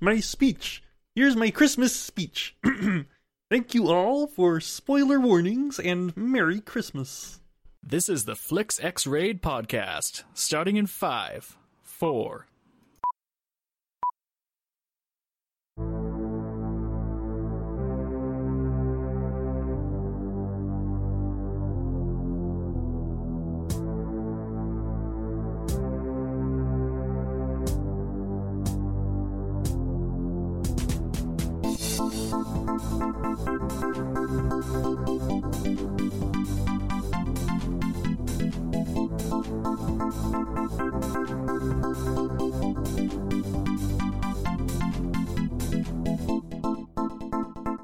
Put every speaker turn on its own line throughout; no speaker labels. my speech. Here's my Christmas speech. Thank you all for spoiler warnings and Merry Christmas.
This is the Flix X Raid podcast, starting in five, four.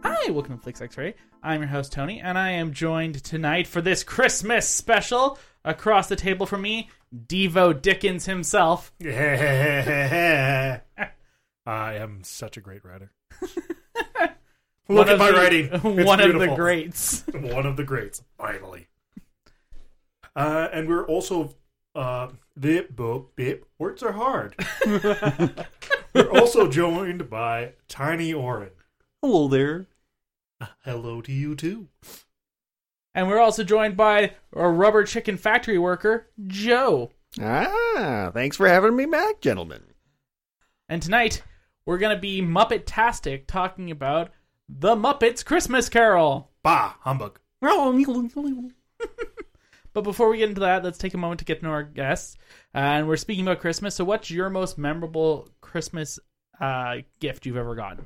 Hi, welcome to Flix X-Ray. I'm your host Tony, and I am joined tonight for this Christmas special across the table from me, Devo Dickens himself.
I am such a great writer.
One
Look
of
at my
the-
writing. It's
one of the
beautiful.
greats.
One of the greats. Finally. Uh, and we're also uh, bip boop bip. Words are hard. we're also joined by Tiny Orin.
Hello there.
Hello to you too.
And we're also joined by a rubber chicken factory worker, Joe.
Ah, thanks for having me back, gentlemen.
And tonight we're gonna be Muppet Tastic talking about the Muppets Christmas Carol.
Bah humbug.
But before we get into that, let's take a moment to get to know our guests. Uh, and we're speaking about Christmas. So, what's your most memorable Christmas uh, gift you've ever gotten?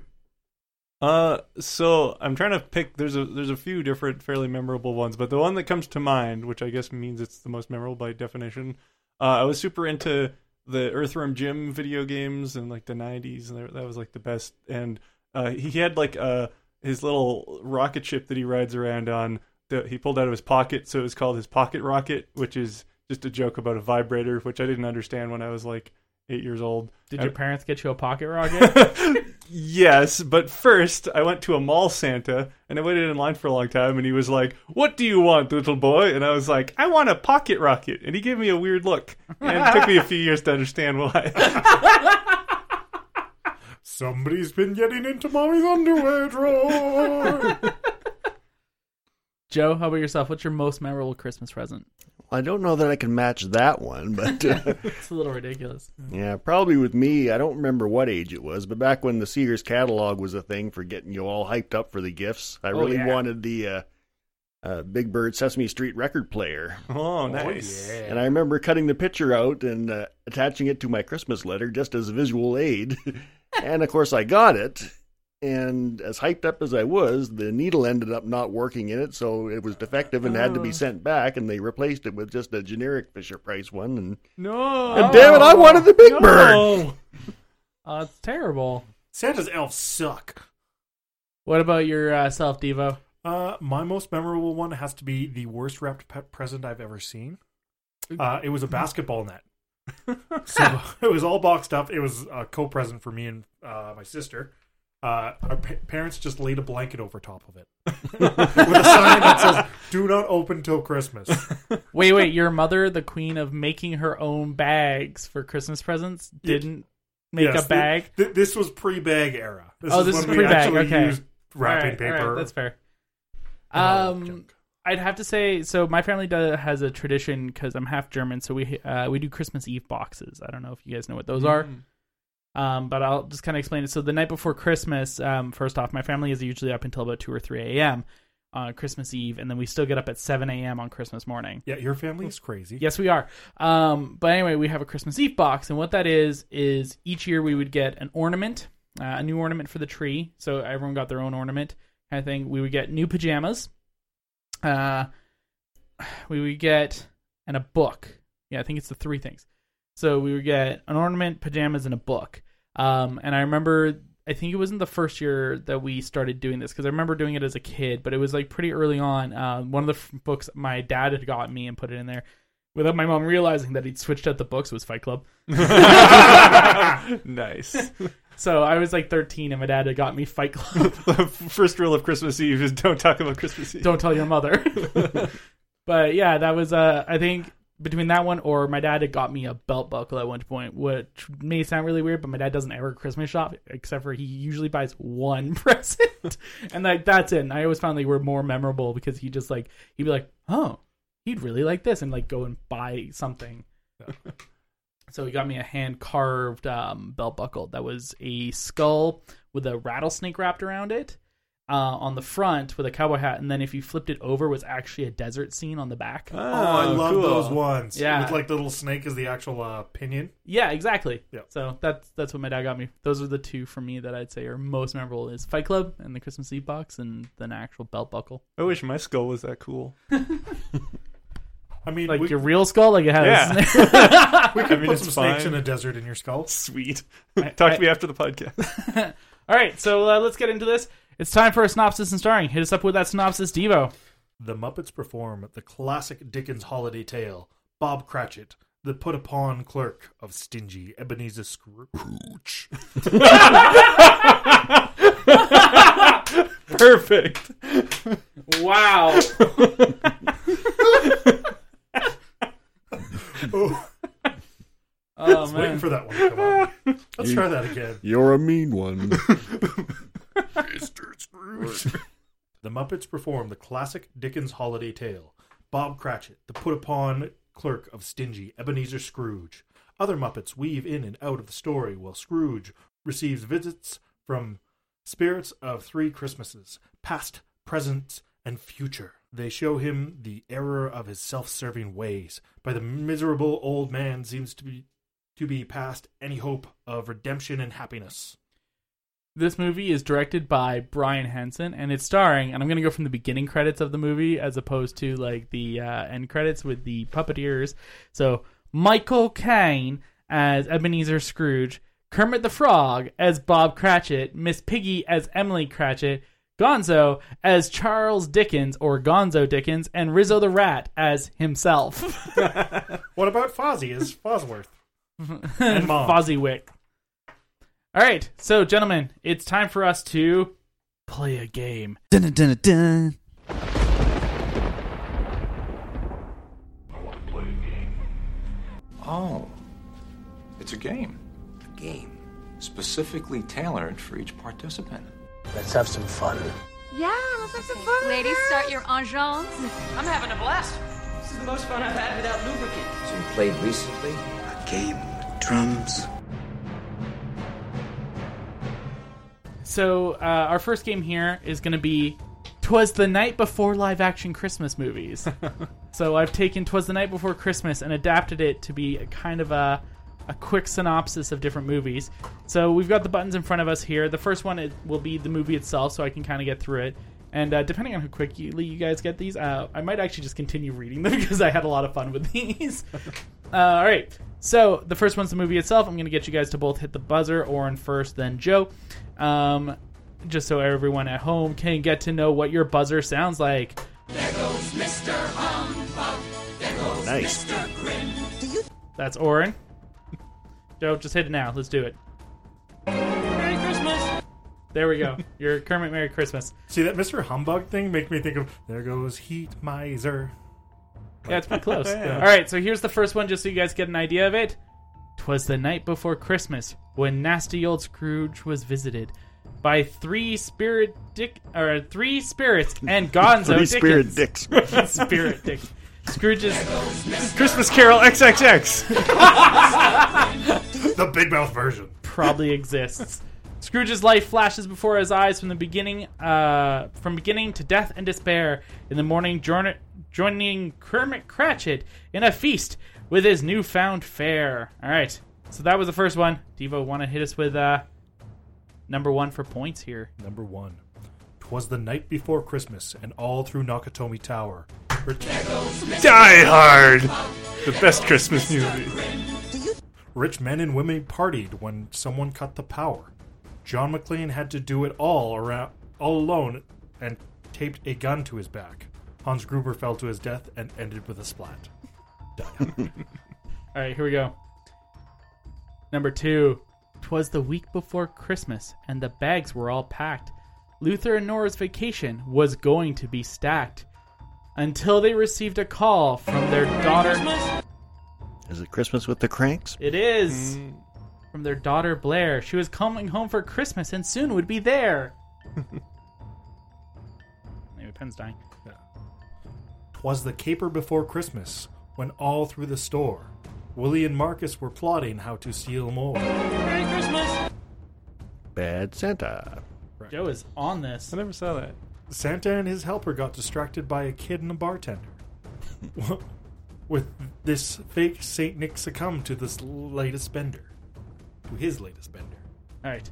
Uh, so I'm trying to pick. There's a there's a few different fairly memorable ones, but the one that comes to mind, which I guess means it's the most memorable by definition. Uh, I was super into the Earthworm Jim video games in like the '90s, and that was like the best. And uh, he had like uh his little rocket ship that he rides around on that he pulled out of his pocket, so it was called his pocket rocket, which is just a joke about a vibrator, which I didn't understand when I was like eight years old.
Did
I-
Uh,
your parents get you a pocket rocket?
Yes, but first I went to a mall Santa and I waited in line for a long time and he was like, "What do you want, little boy?" And I was like, "I want a pocket rocket." And he gave me a weird look. And it took me a few years to understand why.
Somebody's been getting into mommy's underwear drawer.
Joe, how about yourself? What's your most memorable Christmas present?
I don't know that I can match that one, but uh,
It's a little ridiculous.
yeah, probably with me. I don't remember what age it was, but back when the Sears catalog was a thing for getting you all hyped up for the gifts,
Oh,
I really
yeah.
wanted the uh, uh, Big Bird Sesame Street record player.
Oh,
Oh,
nice.
yeah.
And I remember cutting the picture out and uh, attaching it to my Christmas letter just as a visual aid. and of course, I got it. And as hyped up as I was, the needle ended up not working in it, so it was defective and had to
Oh.
be sent back. And they replaced it with just a generic Fisher Price one. And,
No.
and damn it, I wanted the Big Bird.
No.
Oh, it's terrible.
Santa's elves suck.
What about yourself, Devo?
Uh, my most memorable one has to be the worst wrapped pe- present I've ever seen. Uh, it was a basketball net. so it was all boxed up. It was a co-present for me and uh, my sister. Uh, our pa- parents just laid a blanket over top of it with a sign that says "Do not open till Christmas."
Wait, wait. Your mother, the queen of making her own bags for Christmas presents, didn't make
Yes,
a bag.
Th- th- this was pre-bag era.
Oh, this is
when we
pre-bag,
actually
okay.
used wrapping
All right,
paper.
all right, that's fair.
and all that
Um,
junk.
I'd have to say so. My family does, has a tradition because I'm half German, so we uh, we do Christmas Eve boxes. I don't know if you guys know what those
Hmm.
are, um, but I'll just kind of explain it. So the night before Christmas, um, first off, my family is usually up until about two or three a.m. on Christmas Eve, and then we still get up at seven a.m. on Christmas morning.
Yeah, your family is crazy.
Yes, we are. Um, but anyway, we have a Christmas Eve box, and what that is is each year we would get an ornament, uh, a new ornament for the tree. So everyone got their own ornament kind of thing. We would get new pajamas. Uh, we would get and a book. Yeah, I think it's the three things. So we would get an ornament, pajamas, and a book. Um, and I remember, I think it wasn't the first year that we started doing this because I remember doing it as a kid, but it was like pretty early on. Um, one of the f- books my dad had got me and put it in there without my mom realizing that he'd switched out the books was Fight Club.
nice.
So I was like 13 and my dad had got me Fight Club.
the first rule of Christmas Eve is don't talk about Christmas Eve.
Don't tell your mother. but yeah, that was, uh, I think between that one or my dad had got me a belt buckle at one point, which may sound really weird, but my dad doesn't ever Christmas shop except for he usually buys one present, and like that's it. And I always found they were more memorable because he just like he'd be like, oh, he'd really like this, and like go and buy something. so he got me a hand carved um, belt buckle that was a skull with a rattlesnake wrapped around it. Uh, on the front with a cowboy hat, and then if you flipped it over, was actually a desert scene on the back.
Oh,
Oh, I love
cool.
those ones.
Yeah.
With like the little snake is the actual uh, pinion.
Yeah, exactly.
Yeah.
So that's that's what my dad got me. Those are the two for me that I'd say are most memorable is Fight Club and the Christmas Eve box and then an actual belt buckle.
I wish my skull was that cool.
I mean,
Like
we,
your real skull, like it has
Yeah.
we could
I mean,
put
it's
some snakes
fine.
in a desert in your skull.
Sweet. Talk to me after the podcast.
All right, so uh, let's get into this. It's time for a synopsis and starring. Hit us up with that synopsis, Devo.
The Muppets perform the classic Dickens holiday tale, Bob Cratchit, the put-upon clerk of stingy Ebenezer Scrooge.
Perfect.
Wow. oh
Waiting
man.
for that one to come on. Let's try that again.
You're a mean one.
The Muppets perform the classic Dickens holiday tale, Bob Cratchit, the put-upon clerk of stingy Ebenezer Scrooge. Other Muppets weave in and out of the story while Scrooge receives visits from spirits of three Christmases, past, present, and future. They show him the error of his self-serving ways, by the miserable old man seems to be to be past any hope of redemption and happiness.
This movie is directed by Brian Henson and it's starring, and I'm going to go from the beginning credits of the movie as opposed to like the uh, end credits with the puppeteers. So Michael Caine as Ebenezer Scrooge, Kermit the Frog as Bob Cratchit, Miss Piggy as Emily Cratchit, Gonzo as Charles Dickens or Gonzo Dickens, and Rizzo the Rat as himself,
What about Fozzie as Fosworth? and Mom.
Fozziwick. All right, so gentlemen, it's time for us to play a game.
Dun dun dun dun.
Oh, it's a game. A game specifically tailored for each participant.
Let's have some fun.
Yeah, let's have some fun. Ladies, start your enjambs.
I'm having a blast. This is the most fun I've had without lubricant.
So you played recently? A game. Drums.
So uh, our first game here is going to be "Twas the Night Before" live action Christmas movies. so I've taken "Twas the Night Before Christmas" and adapted it to be a kind of a a quick synopsis of different movies. So we've got the buttons in front of us here. The first one is, will be the movie itself, so I can kind of get through it. And uh, depending on how quickly you guys get these, uh, I might actually just continue reading them because I had a lot of fun with these. Uh, all right. So the first one's the movie itself. I'm going to get you guys to both hit the buzzer, Orin first, then Joe, um, just so everyone at home can get to know what your buzzer sounds like.
nice.
That's Orin. Joe, just hit it now. Let's do it. Merry Christmas. There we go. Your Kermit Merry Christmas.
See that Mr. Humbug thing make me think of there goes Heat Miser.
Yeah, it's pretty close. All right, so here's the first one, just so you guys get an idea of it. Twas the night before Christmas when nasty old Scrooge was visited by three spirit dick or three spirits and Gonzo
Three
Dickens.
spirit dicks.
spirit dick. Scrooge's
Christmas Carol XXX.
The big mouth version.
probably exists. Scrooge's life flashes before his eyes from the beginning, uh, from beginning to death and despair. In the morning, join- joining Kermit Cratchit in a feast with his newfound fare. All right, so that was the first one. Devo, want to hit us with uh, number one for points here?
Number one. Twas the night before Christmas, and all through Nakatomi Tower. Re-
Die Hard. The best Christmas movie.
Rich men and women partied when someone cut the power. John McClane had to do it all around, all alone, and taped a gun to his back. Hans Gruber fell to his death and ended with a splat.
All right, here we go. Number two. 'Twas the week before Christmas, and the bags were all packed. Luther and Nora's vacation was going to be stacked until they received a call from their daughter.
Is it Christmas with the Cranks?
It is from their daughter Blair. She was coming home for Christmas and soon would be there. Maybe pen's dying.
Twas the caper before Christmas, when all through the store, Willie and Marcus were plotting how to steal more.
Merry Christmas!
Bad Santa.
Joe is on this.
I never saw that.
Santa and his helper got distracted by a kid and a bartender. With this fake Saint Nick succumbed to this latest bender. To his latest bender.
All right.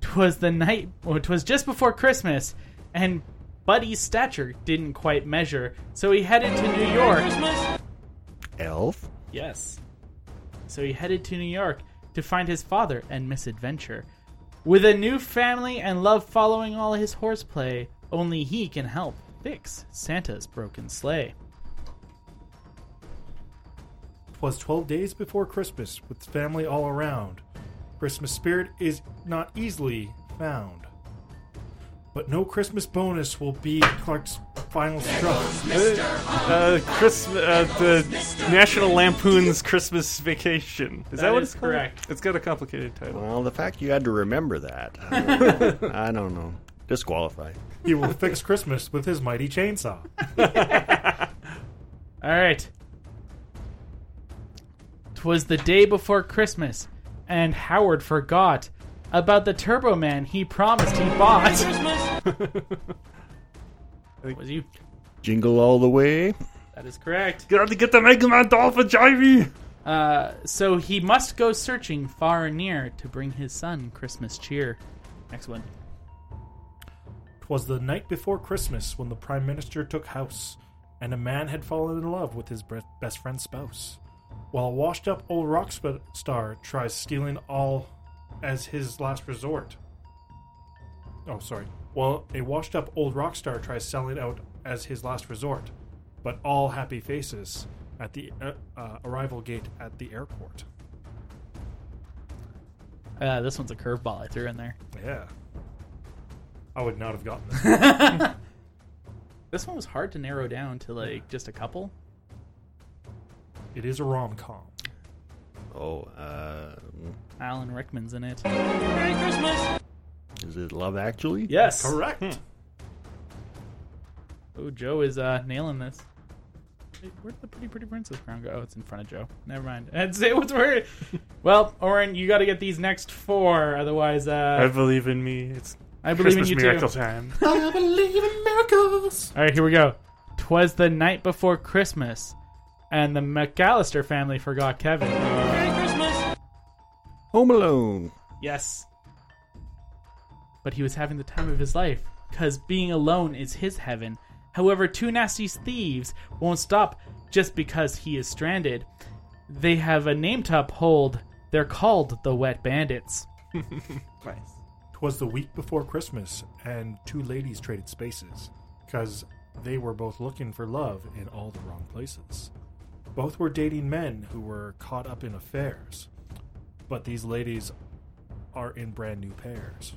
Twas the night. Well, twas just before Christmas, and Buddy's stature didn't quite measure, so he headed to New York.
Elf?
Yes. So he headed to New York to find his father and misadventure. With a new family and love following all his horseplay, only he can help fix Santa's broken sleigh.
Twas twelve days before Christmas, with family all around. Christmas spirit is not easily found. But no Christmas bonus will be Clark's final straw.
Uh, Christmas, uh, the National Lampoon's Christmas Vacation. Is that,
That
what
is
it's called?
correct.
It's got a complicated title.
Well, the fact you had to remember that. I don't know. I don't know. Disqualify.
He will fix Christmas with his mighty chainsaw.
All right. 'Twas the day before Christmas, and Howard forgot about the Turbo Man he promised he bought. was you?
Jingle all the way.
That is correct.
Gotta get the Mega Man doll for Jivey!
Uh, so he must go searching far and near to bring his son Christmas cheer. Next one.
Twas the night before Christmas when the Prime Minister took house, and a man had fallen in love with his bre- best friend's spouse. While washed up old rock sp- star tries stealing all as his last resort. Oh, sorry. Well, a washed up old rock star tries selling out as his last resort, but all happy faces at the uh, uh, arrival gate at the airport.
Uh, this one's a curveball I threw in there.
Yeah. I would not have gotten this.
This one was hard to narrow down to like just a couple.
it is a rom com.
Oh, uh,
Alan Rickman's in it.
Merry Christmas!
is it Love Actually?
Yes.
Correct.
Oh, Joe is uh, nailing this. Wait, Where did the pretty pretty princess crown go? Oh, it's in front of Joe. Never mind. I'd say what's where. well, Oren, you got to get these next four, otherwise,
I
uh,
believe in me. It's
I believe
Christmas
in you
miracle
too.
time.
I believe in miracles.
All right, here we go. Twas the night before Christmas, and the McAllister family forgot Kevin.
Merry Christmas!
Home Alone.
yes, but he was having the time of his life because being alone is his heaven. However, two nasty thieves won't stop just because he is stranded. They have a name to uphold. They're called the Wet Bandits.
Twas the week before Christmas, and two ladies traded spaces, because they were both looking for love in all the wrong places. Both were dating men who were caught up in affairs, but these ladies are in brand new pairs.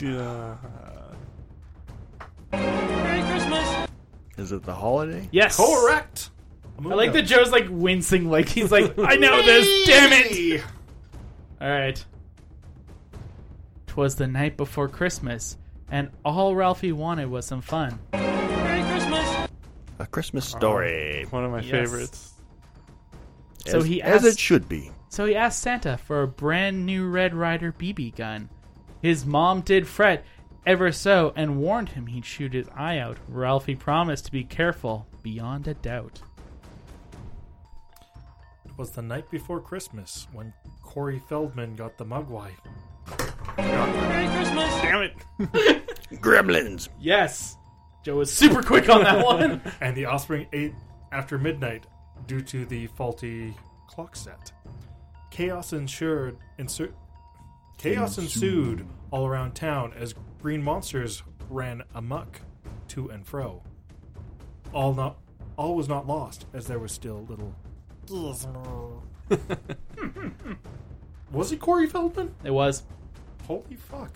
Yeah.
Merry Christmas!
Is it The Holiday?
Yes,
Correct!
I like that Joe's like wincing, like he's like, I know this, damn it. All right. Twas the night before Christmas, and all Ralphie wanted was some fun.
Merry Christmas!
A Christmas Story.
One of my
Yes.
favorites.
So
as,
he
As it
asked-
should be.
So he asked Santa for a brand new Red Rider BB gun. His mom did fret ever so and warned him he'd shoot his eye out. Ralphie promised to be careful beyond a doubt.
Twas the night before Christmas when Corey Feldman got the mugwai.
Merry Christmas!
Damn it!
Gremlins.
Yes. Joe was super quick on that one.
and the offspring ate after midnight due to the faulty clock set. Chaos ensured ensu- chaos ensued all around town as green monsters ran amuck to and fro. All not all was not lost as there was still little gizmo. was it Corey Feldman?
It was.
Holy fuck.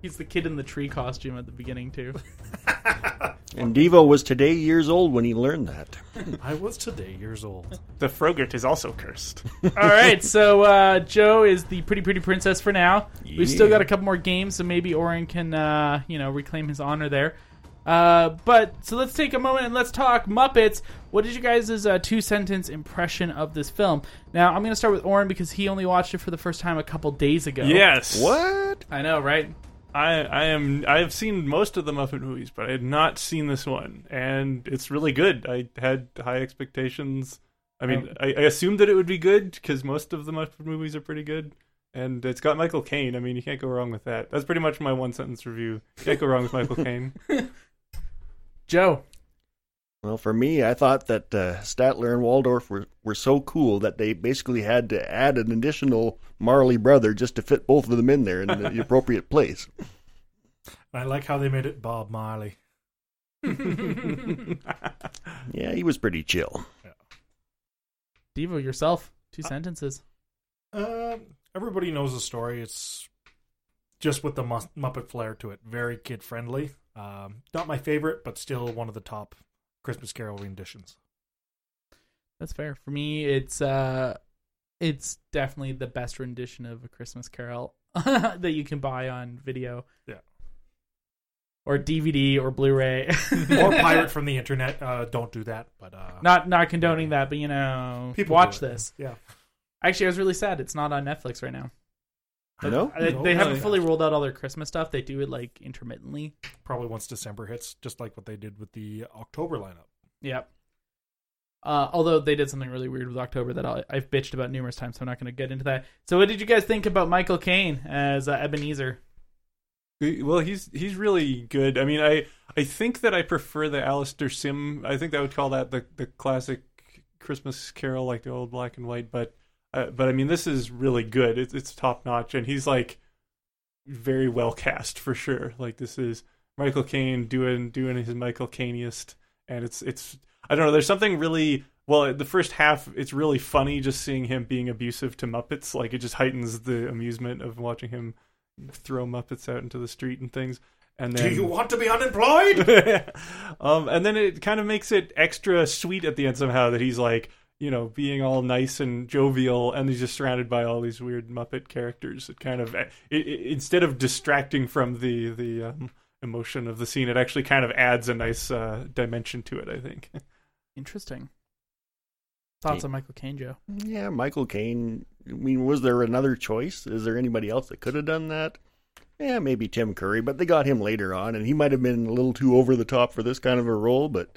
He's the kid in the tree costume at the beginning too.
And Devo was today years old when he learned that.
I was today years old.
The Frogurt is also cursed.
All right, so uh, Joe is the pretty pretty princess for now. We've still got a couple more games, so maybe Oren can uh, you know reclaim his honor there. Uh, but so let's take a moment and let's talk Muppets. What is your guys' uh, two sentence impression of this film? Now I'm going to start with Oren because he only watched it for the first time a couple days ago.
yes.
What?
I know, right?
I I am I have seen most of the Muppet movies, but I had not seen this one, and it's really good. I had high expectations. I mean, I, I assumed that it would be good because most of the Muppet movies are pretty good, and it's got Michael Caine. I mean, you can't go wrong with that. That's pretty much my one sentence review. Can't go wrong with Michael Caine.
Joe.
Well, for me, I thought that uh, Statler and Waldorf were, were so cool that they basically had to add an additional Marley brother just to fit both of them in there in the appropriate place.
I like how they made it Bob Marley.
Yeah, he was pretty chill.
Devo yourself. Two sentences.
Um, everybody knows the story. It's just with the Mu- Muppet flair to it. Very kid friendly. Um, not my favorite, but still one of the top Christmas Carol renditions.
That's fair. For me, it's uh, it's definitely the best rendition of a Christmas Carol that you can buy on video.
Yeah.
Or DVD or Blu-ray.
Or pirate from the internet. Uh, don't do that. But uh,
not not condoning that, but you know,
people do
watch
it.
this.
Yeah,
Actually, I was really sad it's not on Netflix right now.
You know?
They,
No,
they haven't
really?
fully rolled out all their Christmas stuff. They do it like intermittently.
probably once December hits, just like what they did with the October lineup.
Yep. Uh, although they did something really weird with October that i I've bitched about numerous times, so I'm not going to get into that. So, what did you guys think about Michael Caine as uh, Ebenezer?
well, he's he's really good. I mean, I I think that I prefer the Alistair Sim. I think I would call that the the classic Christmas Carol, like the old black and white. But uh, but I mean, this is really good. It's it's top notch, and he's like very well cast for sure. Like this is Michael Caine doing doing his Michael Caineiest, and it's it's I don't know. There's something really well. The first half, it's really funny just seeing him being abusive to Muppets. Like it just heightens the amusement of watching him throw Muppets out into the street and things. And then
Do you want to be unemployed?
um, and then it kind of makes it extra sweet at the end somehow that he's like, you know, being all nice and jovial, and he's just surrounded by all these weird Muppet characters. It kind of, it, it, instead of distracting from the the um, emotion of the scene, it actually kind of adds a nice uh, dimension to it. I think.
Interesting. Thoughts on Michael Caine, Joe?
Yeah, Michael Caine. I mean, was there another choice? Is there anybody else that could have done that? Yeah, maybe Tim Curry, but they got him later on, and he might have been a little too over the top for this kind of a role. But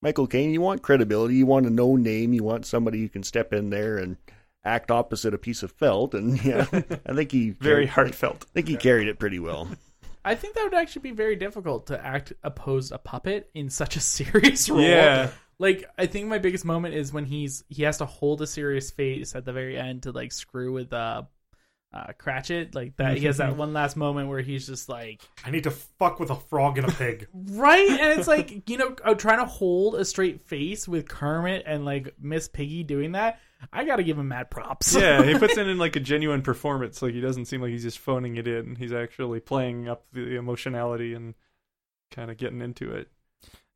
Michael Caine, you want credibility, you want a no name, you want somebody who can step in there and act opposite a piece of felt, and yeah, I think he
Very heartfelt.
I think he carried it pretty well.
I think that would actually be very difficult to act oppose a puppet in such a serious role.
Yeah.
Like I think my biggest moment is when he's he has to hold a serious face at the very end to like screw with uh uh Cratchit. Like that he has that one last moment where he's just like
I need to fuck with a frog and a pig.
Right? And it's like, you know, I'm trying to hold a straight face with Kermit and like Miss Piggy doing that. I gotta give him mad props.
yeah, he puts it in like a genuine performance. Like he doesn't seem like he's just phoning it in. He's actually playing up the emotionality and kind of getting into it.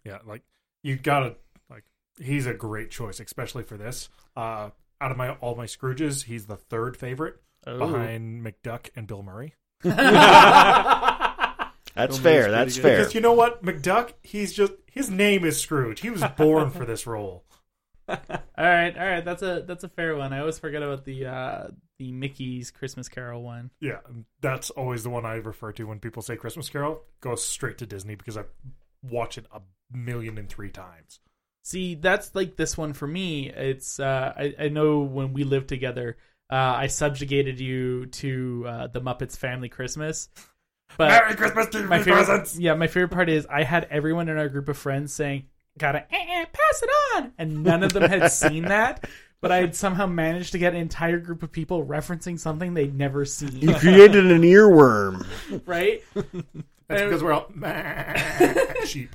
Yeah, like you gotta like he's a great choice, especially for this. Uh, out of my all my Scrooges, he's the third favorite
Oh.
behind McDuck and Bill Murray.
That's fair. That's fair.
Because you know what, McDuck, he's just his name is Scrooge. He was born for this role.
All right, all right, that's a that's a fair one. I always forget about the uh the Mickey's Christmas Carol one.
Yeah, that's always the one I refer to when people say Christmas Carol. Go straight to Disney because I watch it a million and three times.
See, that's like this one for me. It's uh, I, I know when we lived together, uh, I subjugated you to uh, the Muppets Family Christmas. But
Merry Christmas to
Uh, my
your
favorite,
presents.
yeah, my favorite part is I had everyone in our group of friends saying, "Gotta eh, eh, pass it on," and none of them had seen that. But I had somehow managed to get an entire group of people referencing something they'd never
You
seen.
created an earworm.
Right?
That's because we're all meh, sheep.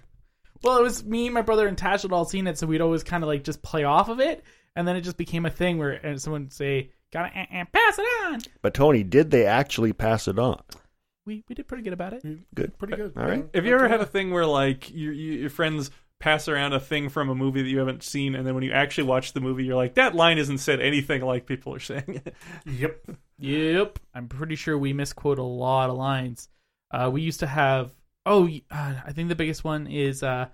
Well, it was me, my brother, and Tash had all seen it, so we'd always kind of like just play off of it, and then it just became a thing where and someone would say, "Gotta eh, eh, pass it on."
But Tony, did they actually pass it on?
we, we did pretty good about it.
Good.
Pretty good.
All right.
Have you ever had a thing where like your your your friends pass around a thing from a movie that you haven't seen, and then when you actually watch the movie, you're like, that line isn't said anything like people are saying it.
Yep.
Yep. I'm pretty sure we misquote a lot of lines. Uh, we used to have. Oh, y- uh, I think the biggest one is uh,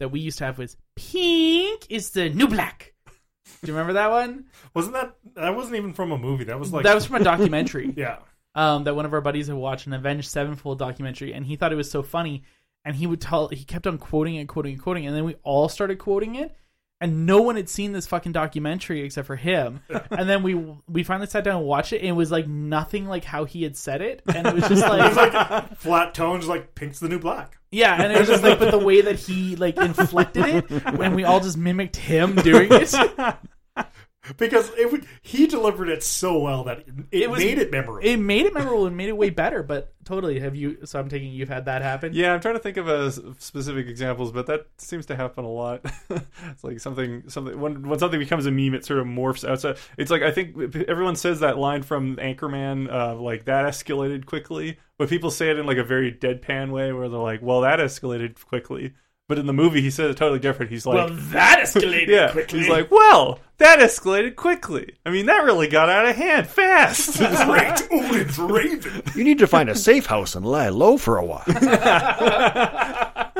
that we used to have was pink is the new black. Do you remember that one?
Wasn't that that wasn't even from a movie? That was like
that was from a documentary.
yeah.
um, that one of our buddies had watched an Avenged Sevenfold documentary, and he thought it was so funny, and he would tell he kept on quoting it, quoting and quoting, it, and then we all started quoting it, and no one had seen this fucking documentary except for him, and then we we finally sat down and watched it, and it was like nothing like how he had said it, and it was just
It was
like
like flat tones, like pink's the new black.
yeah, and it was just like but the way that he like inflected it, and we all just mimicked him doing it.
Because it would, he delivered it so well that it,
It was-
made it memorable.
It made it memorable and made it way better, but totally. Have you? So I'm taking you've had that happen.
Yeah, I'm trying to think of uh, s- specific examples, but that seems to happen a lot. it's like something, something when when something becomes a meme, it sort of morphs outside. It's like I think everyone says that line from Anchorman, uh, like that escalated quickly, but people say it in like a very deadpan way, where they're like, "Well, that escalated quickly." But in the movie, he says it totally different. He's like,
Well, that escalated
yeah,
quickly.
he's like, "Well, that escalated quickly. I mean, that really got out of hand fast."
Great, Odin's Raven.
You need to find a safe house and lie low for a while.
Yeah,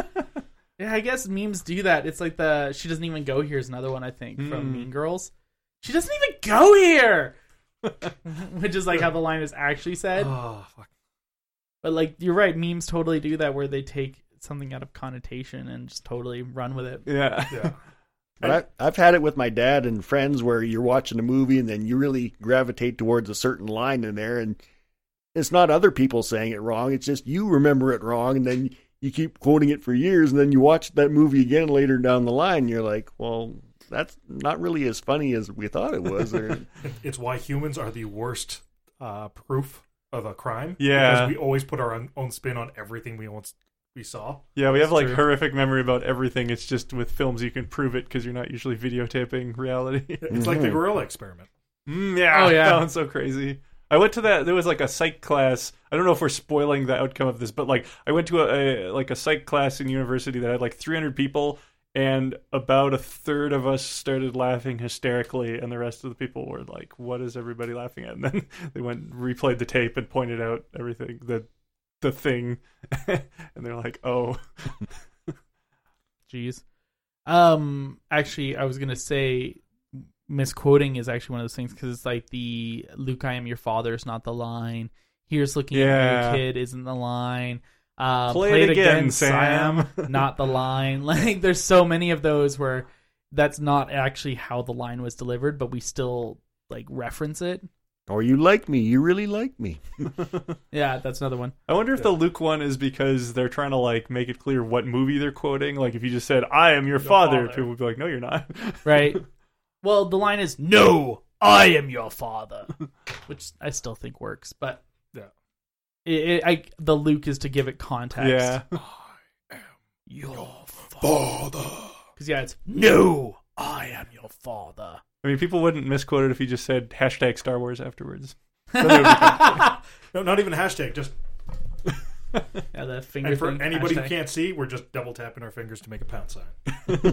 I guess memes do that. It's like the she doesn't even go here is another one I think
Hmm.
from Mean Girls. She doesn't even go here, which is like how the line is actually said.
Oh, fuck.
But like you're right, memes totally do that where they take something out of connotation and just totally run with it.
yeah.
Yeah.
But I, I've had it with my dad and friends where you're watching a movie and then you really gravitate towards a certain line in there, and it's not other people saying it wrong. It's just you remember it wrong, and then you keep quoting it for years, and then you watch that movie again later down the line. And you're like, well, that's not really as funny as we thought it was. Or,
It's why humans are the worst uh, proof of a crime.
Yeah.
Because we always put our own, own spin on everything we once we saw.
Yeah, we have like
true.
horrific memory about everything. It's just with films you can prove it because you're not usually videotaping reality.
It's like the gorilla experiment.
mm, yeah,
Oh, yeah.
that one's so crazy. I went to that. There was like a psych class. I don't know if we're spoiling the outcome of this, but like I went to a, a like a psych class in university that had like 300 people, and about a third of us started laughing hysterically, and the rest of the people were like, "What is everybody laughing at?" And then they went and replayed the tape and pointed out everything the the thing, and they're like, "Oh."
Jeez. Um, actually, I was gonna say misquoting is actually one of those things because it's like the Luke, I am your father is not the line. Here's looking
Yeah.
at you, kid isn't the line. Uh,
Play it again, Sam.
not the line. Like, there's so many of those where that's not actually how the line was delivered, but we still like reference it.
or you like me. You really like me.
Yeah, that's another one.
I wonder if the Luke one is because they're trying to like make it clear what movie they're quoting. Like if you just said "I am your father,",
father.
people would be like, "No, you're not."
right? Well, the line is "No, I am your father," which I still think works, but
Yeah.
it, it, I the Luke is to give it context.
yeah,
your, father. Because yeah, it's "No, I am your father."
I mean, people wouldn't misquote it if you just said hashtag Star Wars afterwards. Then they would be-
No, not even hashtag. Just
Yeah, the finger
and for
thing,
anybody
hashtag.
who can't see, we're just double tapping our fingers to make a pound sign.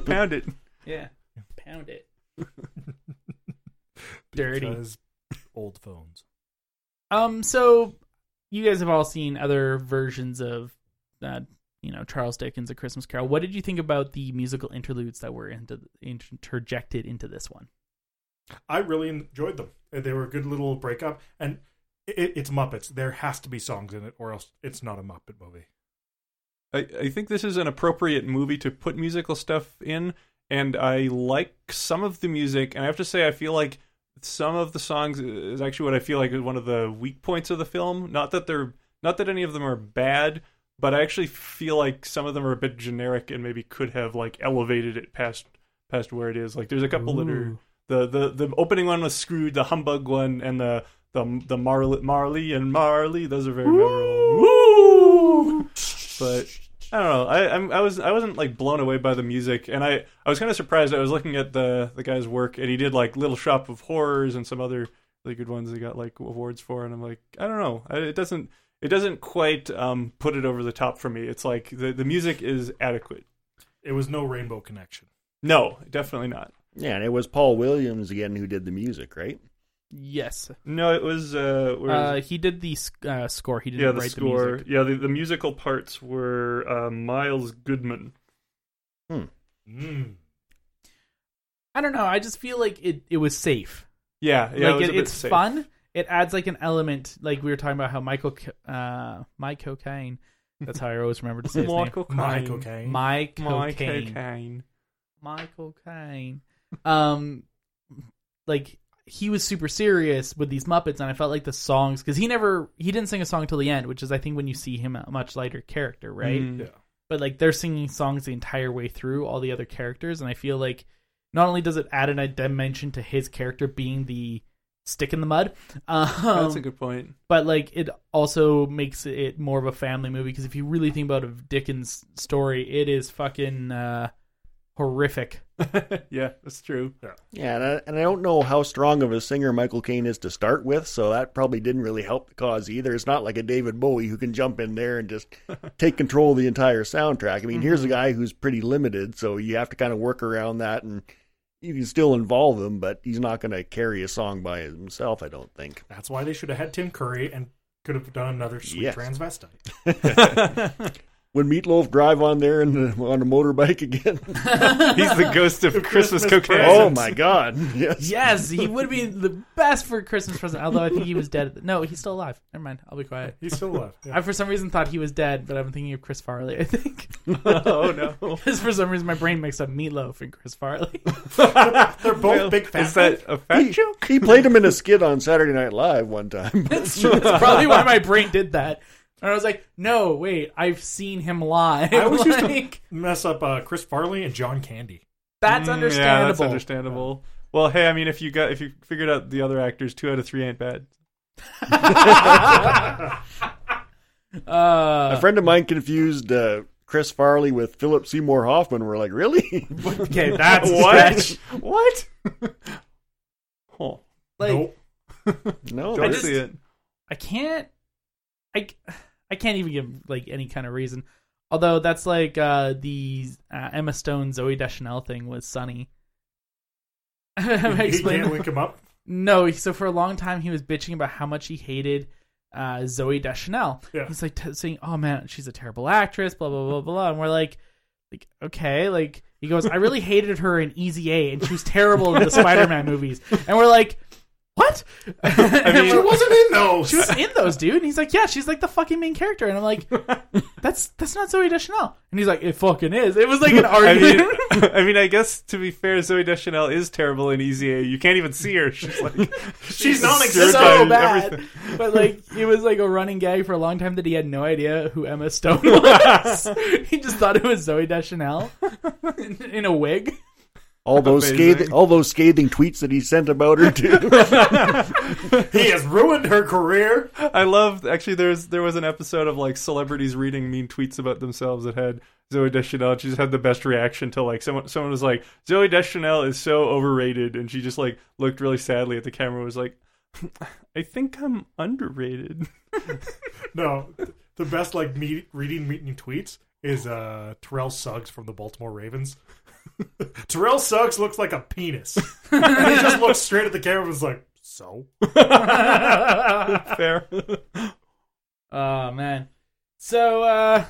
Pound it.
yeah, pound it. Dirty.
Because old phones.
Um, so you guys have all seen other versions of uh, you know, Charles Dickens' A Christmas Carol. What did you think about the musical interludes that were into, interjected into this one?
I really enjoyed them. They were a good little breakup, and it, it's Muppets. There has to be songs in it, or else it's not a Muppet movie.
I, I think this is an appropriate movie to put musical stuff in, and I like some of the music. And I have to say, I feel like some of the songs is actually what I feel like is one of the weak points of the film. Not that they're not that any of them are bad, but I actually feel like some of them are a bit generic and maybe could have like elevated it past past where it is. Like there's a couple that are the the the opening one was screwed, the humbug one, and the the the Marley, Marley and Marley. Those are very memorable. Woo! But I don't know. I I'm, I was I wasn't like blown away by the music, and I I was kind of surprised. I was looking at the the guy's work, and he did like Little Shop of Horrors and some other really good ones. He got like awards for, and I'm like, I don't know. I, it doesn't. it doesn't quite um, put it over the top for me. It's like the the music is adequate.
It was no Rainbow Connection.
No, definitely not.
Yeah, and it was Paul Williams again who did the music, right?
Yes.
No, it was uh, where is
Uh,
it?
he did the sc- uh, score. He didn't
yeah, the
write
score.
the music.
Yeah, the, the musical parts were uh, Miles Goodman.
Mm.
I don't know. I just feel like it, it was safe.
Yeah,
like
yeah, it was a bit
it's
safe.
fun. It adds like an element. Like we were talking about how Michael, C- uh, my cocaine. That's how I always remember to say his name.
Michael
My
Caine.
cocaine.
My
My
cocaine.
cocaine.
Michael Caine. Um, like he was super serious with these Muppets, and I felt like the songs because he never he didn't sing a song till the end, which is I think when you see him a much lighter character, right?
Mm.
Yeah.
But like they're singing songs the entire way through all the other characters, and I feel like not only does it add an- a dimension to his character being the stick in the mud, um,
That's a good point.
but like it also makes it more of a family movie because if you really think about a Dickens story, it is fucking uh, horrific.
yeah, that's true.
Yeah, and I, and I don't know how strong of a singer Michael Caine is to start with, so that probably didn't really help the cause either. It's not like a David Bowie who can jump in there and just take control of the entire soundtrack. I mean, here's a
Mm-hmm.
guy who's pretty limited, so you have to kind of work around that, and you can still involve him, but he's not going to carry a song by himself, I don't think.
That's why they should have had Tim Curry and could have done another sweet
Yes.
transvestite.
Would Meatloaf drive on there and on a motorbike again?
He's the ghost of Christmas,
Christmas
cocaine.
oh my God! Yes.
Yes, he would be the best for a Christmas present. Although I think he was dead. at the- No, he's still alive. Never mind. I'll be quiet.
He's still alive. Yeah.
I for some reason thought he was dead, but I'm thinking of Chris Farley. I think
oh no.
because for some reason my brain mixed up Meatloaf and Chris Farley.
They're both big fat.
Is that a fat
He,
joke?
he played him in a skit on Saturday Night Live one time.
That's true. That's probably why my brain did that. And I was like, no, wait, I've seen him live.
I always used to-
Like,
mess up uh, Chris Farley and John Candy.
that's
Mm,
understandable.
Yeah, that's understandable. Well, hey, I mean, if you got if you figured out the other actors, two out of three ain't bad.
Uh,
A friend of mine confused uh, Chris Farley with Philip Seymour Hoffman. We're like, really?
okay, that's
What? what? oh,
Like,
nope.
no.
don't
just-
see it.
I can't I I can't even give like any kind of reason. Although that's like uh the uh, Emma Stone Zoe Deschanel thing was Sunny. Have I
He
explained
can't link him up.
no, so for a long time he was bitching about how much he hated uh, Zoe Deschanel.
Yeah.
He's like t- saying, "Oh man, she's a terrible actress." Blah blah blah blah. And we're like, like okay, like he goes, "I really hated her in Easy A, and she was terrible in the Spider-Man movies." And we're like, "What?" And
mean-
we're-
He wasn't in those.
she was in those, dude. And he's like, yeah, she's like the fucking main character. And I'm like, that's that's not Zoe Deschanel. And he's like, it fucking is. It was like an
I
argument.
mean, I mean, I guess to be fair, Zoe Deschanel is terrible in Easy A. You can't even see her. She's like
She's
Sure,
non-existent.
so
dude,
bad.
everything.
But like, it was like a running gag for a long time that he had no idea who Emma Stone was. he just thought it was Zoe Deschanel in, in a wig.
all those
Amazing.
scathing, all those scathing tweets that he sent about her too.
He has ruined her career.
I love actually. There's there was an episode of like celebrities reading mean tweets about themselves that had Zoe Deschanel. and She just had the best reaction to like someone. Someone was like, "Zoe Deschanel is so overrated," and she just like looked really sadly at the camera. and Was like, "I think I'm underrated."
No, the best like me- reading meeting tweets is uh, Terrell Suggs from the Baltimore Ravens. Terrell Suggs looks like a penis. and he just looks straight at the camera and was like, "So."
Fair.
Oh man. So, uh,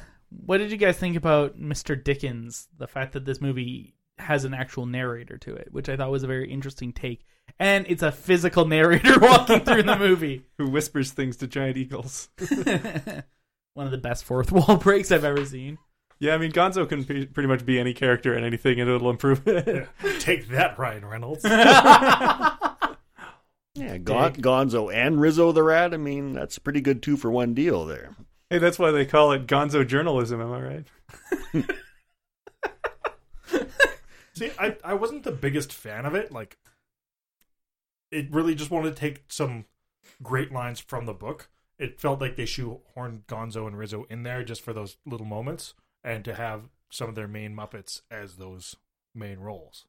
what did you guys think about Mr. Dickens? The fact that this movie has an actual narrator to it, which I thought was a very interesting take, and it's a physical narrator walking through the movie.
Who whispers things to giant eagles?
One of the best fourth wall breaks I've ever seen.
Yeah, I mean Gonzo can pe- pretty much be any character in anything, and it'll improve it.
Take that, Ryan Reynolds.
yeah, Gon- Gonzo and Rizzo the Rat. I mean, that's a pretty good two for one deal there.
hey, that's why they call it Gonzo journalism. Am I right?
See, I, I wasn't the biggest fan of it. Like, it really just wanted to take some great lines from the book. It felt like they shoehorned Gonzo and Rizzo in there just for those little moments and to have some of their main Muppets as those main roles.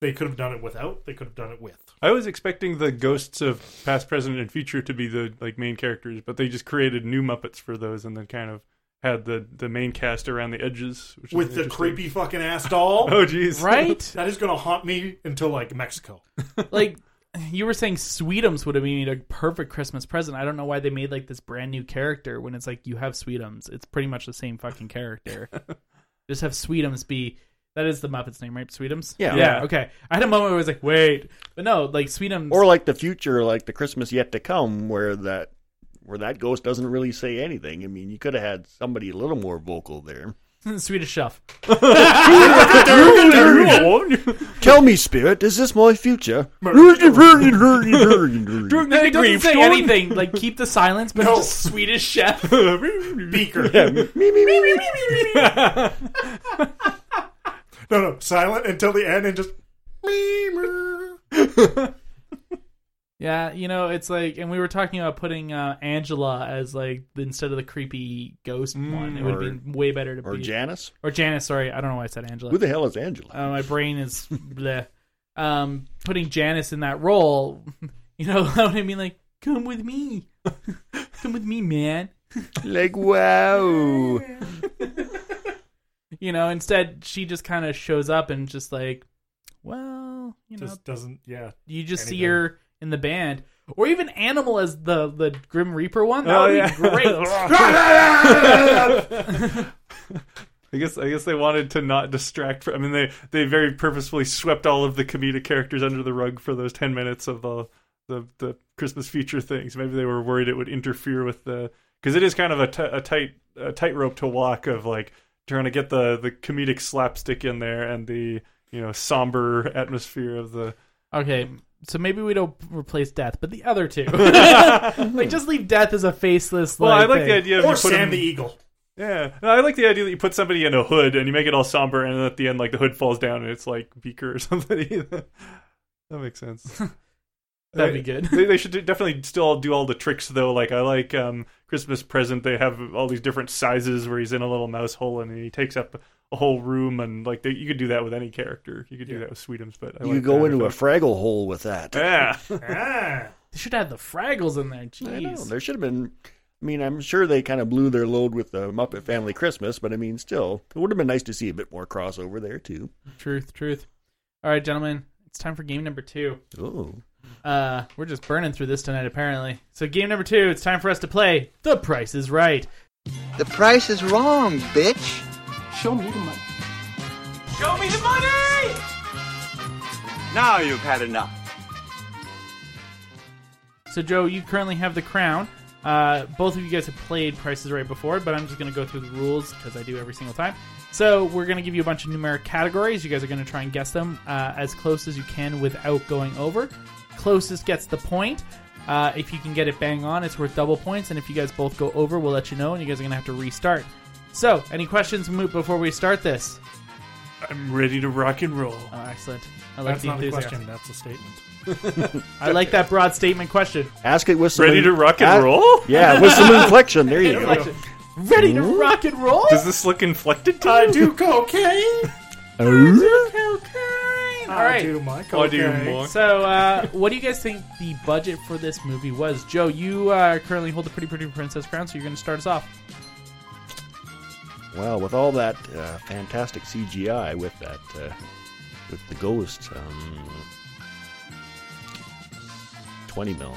They could have done it without. They could have done it with.
I was expecting the ghosts of past, present, and future to be the like main characters, but they just created new Muppets for those, and then kind of had the the main cast around the edges, which is
With the
interesting.
creepy fucking ass doll.
Oh, jeez,
right?
That is going to haunt me until like Mexico.
like you were saying, Sweetums would have been a perfect Christmas present. I don't know why they made like this brand new character when it's like you have Sweetums. It's pretty much the same fucking character. Just have Sweetums be. That is the Muppet's name, right? Sweetums.
Yeah.
Yeah. Okay. I had a moment where I was like, wait, but no, like Sweetums.
Or like the future, like the Christmas yet to come, where that where that ghost doesn't really say anything. I mean, you could have had somebody a little more vocal there.
Swedish Chef.
Tell me, spirit, is this my future?
No, it doesn't say anything. Like keep the silence, but
No.
it's just Swedish Chef.
Beaker.
Me, me, me, me, me.
No, no, silent until the end, and just.
Yeah, you know, it's like, and we were talking about putting uh, Angela as like instead of the creepy ghost one, it would have
Mm, or-
been way better to
Or
be
Janice?
or Janice. Sorry, I don't know why I said Angela.
Who the hell is Angela?
Uh, my brain is bleh. Um, putting Janice in that role, you know, I would have been like, "Come with me, come with me, man."
Like, wow.
You know, instead she just kind of shows up and just like, well, you know,
Just doesn't, yeah.
you just see
anything.
her in the band, or even Animal as the the Grim Reaper one. That
Oh,
would be
yeah.
great.
I guess I guess they wanted to not distract. From, I mean, they they very purposefully swept all of the comedic characters under the rug for those ten minutes of the the, the Christmas feature things. Maybe they were worried it would interfere with the because it is kind of a, t- a tight a tightrope to walk of like trying to get the the comedic slapstick in there and the you know somber atmosphere of the
Okay, so maybe we don't replace Death, but the other two, like just leave Death as a faceless.
well i like
thing.
the idea of
Or
you put
Sam
him-
the Eagle.
Yeah, No, I like the idea that you put somebody in a hood and you make it all somber, and then at the end, like the hood falls down and it's like Beaker or something. that makes sense.
That'd be good.
they, they should do- definitely still do all the tricks though. Like I like um, Christmas present. They have all these different sizes where he's in a little mouse hole and he takes up a whole room, and like they, you could do that with any character. You could do that with Sweetums, but I
You
like
go
that.
into a Fraggle hole with that.
yeah.
Ah.
They should have the Fraggles in there.
I know.
Jeez,
There should have been. I mean, I'm sure they kind of blew their load with the Muppet Family Christmas, but I mean, still, it would have been nice to see a bit more crossover there too.
truth, truth. All right, gentlemen, it's time for game number two.
Oh,
Uh, we're just burning through this tonight, apparently. So game number two, it's time for us to play. The Price is Right.
The price is wrong, bitch.
Show me the money!
Now you've had enough.
So Joe, you currently have the crown. Uh, both of you guys have played Prices Right before, but I'm just going to go through the rules because I do every single time. So we're going to give you a bunch of numeric categories. You guys are going to try and guess them uh, as close as you can without going over. Closest gets the point. Uh, if you can get it bang on, it's worth double points. And if you guys both go over, we'll let you know, and you guys are going to have to restart. So, any questions Moot, before we start this?
I'm ready to rock and roll.
Oh, excellent. I like
That's
the
not a
enthusiasm.
question, that's a statement.
I like that broad statement question.
ask it with some
Ready to rock and
a-
roll?
Yeah, with some inflection. There you go.
Question. Ready to rock and roll?
Does this look inflected? To
I
you?
do cocaine!
All right.
I do my cocaine.
Oh, I do more.
So, uh, what do you guys think the budget for this movie was? Joe, you uh, currently hold the Pretty Pretty Princess crown, so you're going to start us off.
Well, with all that uh, fantastic CGI, with that, uh, with the ghost, um, twenty mil.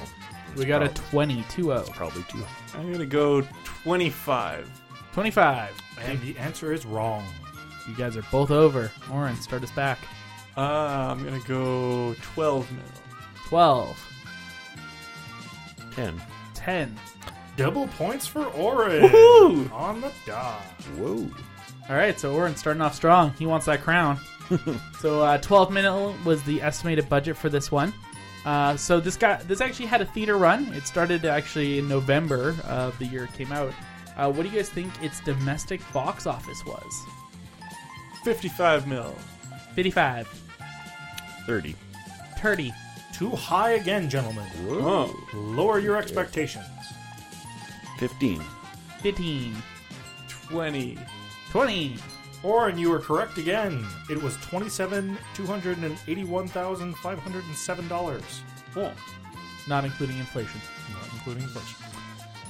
We got a
Probably-
20, 2
probably too.
I'm gonna go 25.
25.
And the answer is wrong.
You guys are both over. Oren, start us back.
Uh, I'm gonna go 12 mil.
12,
Ten.
10.
Double points for Oren.
Woohoo!
On the dot.
Whoa.
All right, so Oren starting off strong. He wants that crown. so, uh, 12 mil was the estimated budget for this one. Uh, so this got this actually had a theater run. It started actually in November of the year it came out. Uh, what do you guys think its domestic box office was?
55 mil.
55,
Thirty.
30,
Too high again, gentlemen.
Oh.
Lower your expectations.
Fifteen.
15,
20.
20,
Or, and you were correct again. It was twenty-seven two hundred and eighty-one thousand five hundred and seven dollars,
Cool. Not including inflation.
not including inflation.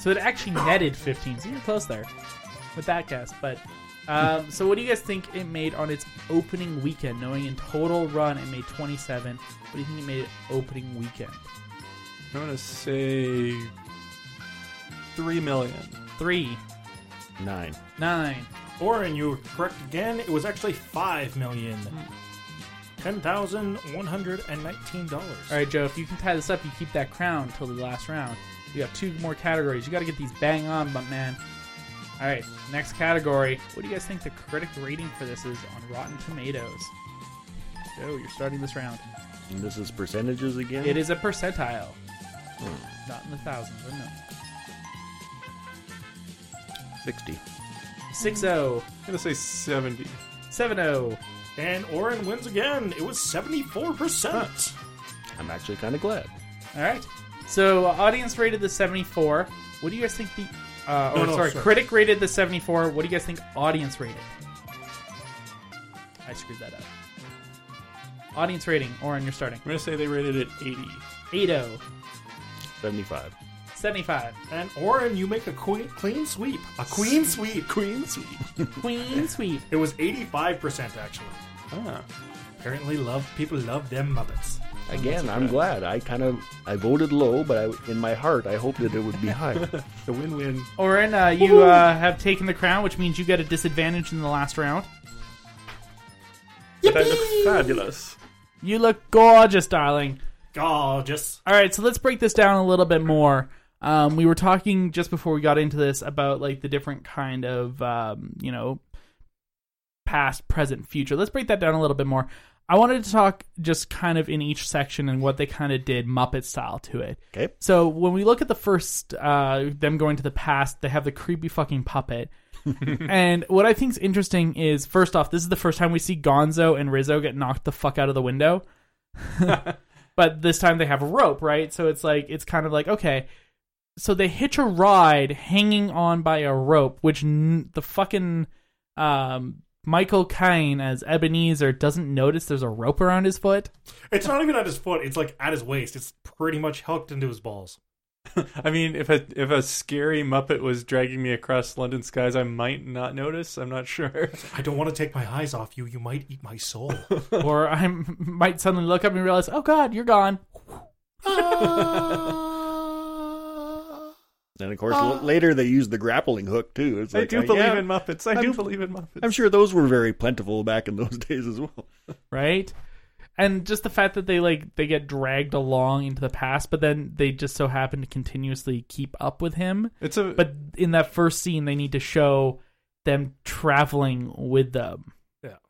So it actually netted 15. So you're close there with that guess. But um, so what do you guys think it made on its opening weekend? Knowing in total run it made 27. What do you think it made it opening weekend?
I'm gonna say three million.
Three,
Nine.
nine,
Or, and you were correct again. It was actually five million ten thousand one hundred and nineteen dollars.
All right, Joe, if you can tie this up, you keep that crown till the last round. You got two more categories. You got to get these bang on, but man. All right, next category. What do you guys think the critic rating for this is on Rotten Tomatoes? Joe, you're starting this round.
And this is percentages again?
It is a percentile, not in the thousands. I know.
60.
6-0,
I'm gonna say seventy.
7-0.
And Oren wins again. It was seventy-four percent.
I'm actually kind of glad.
All right. So uh, audience rated the 74. What do you guys think the? Uh, or
No, no,
sorry,
sorry.
critic rated the 74. What do you guys think audience rated? I screwed that up. Audience rating, Oren, you're starting. oh,
I'm gonna say they rated it eighty.
80,
75.
75.
And Oren, you make a queen, clean sweep. A queen sweep. Queen sweep.
Queen sweep.
It was eighty-five percent actually.
Ah,
Apparently, love people love them Muppets.
Again, I'm glad. I kind of I voted low, but I, in my heart, I hoped that it would be higher.
the win-win.
Oren, uh, you uh, have taken the crown, which means you get a disadvantage in the last round.
But I look fabulous.
You look gorgeous, darling.
Gorgeous.
All right, so let's break this down a little bit more. Um, we were talking just before we got into this about like the different kind of um, you know past, present, future. Let's break that down a little bit more. I wanted to talk just kind of in each section and what they kind of did Muppet style to it.
Okay.
So when we look at the first, uh, them going to the past, they have the creepy fucking puppet. and what I think's interesting is, first off, this is the first time we see Gonzo and Rizzo get knocked the fuck out of the window. but this time they have a rope, right? So it's like it's kind of like okay. So they hitch a ride hanging on by a rope, which n- the fucking um, Michael Caine as Ebenezer doesn't notice there's a rope around his foot.
It's not even at his foot. It's like at his waist. It's pretty much hooked into his balls.
I mean, if a if a scary Muppet was dragging me across London skies, I might not notice. I'm not sure.
I don't want to take my eyes off you. You might eat my soul.
or I might suddenly look up and realize, oh god, you're gone.
and of course, l- later they used the grappling hook too. It's
I
like,
do
uh,
believe
yeah,
in Muppets. I do believe in Muppets.
I'm sure those were very plentiful back in those days as well.
right? And just the fact that they like they get dragged along into the past, but then they just so happen to continuously keep up with him.
It's a
But in that first scene, they need to show them traveling with them.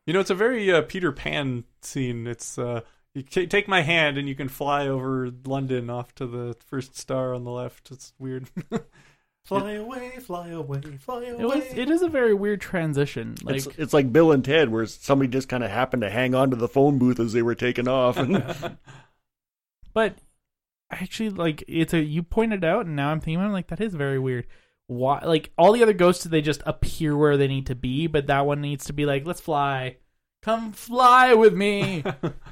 You know, it's a very uh, Peter Pan scene. It's uh, you ta take my hand and you can fly over London off to the first star on the left. It's weird.
fly away, fly away, fly away.
It was it is a very weird transition. Like
It's, it's like Bill and Ted, where somebody just kind of happened to hang on to the phone booth as they were taking off. And
But actually, like it's a you pointed out, and now I'm thinking, I'm like that is very weird. Why? Like all the other ghosts, they just appear where they need to be, but that one needs to be like, let's fly, come fly with me,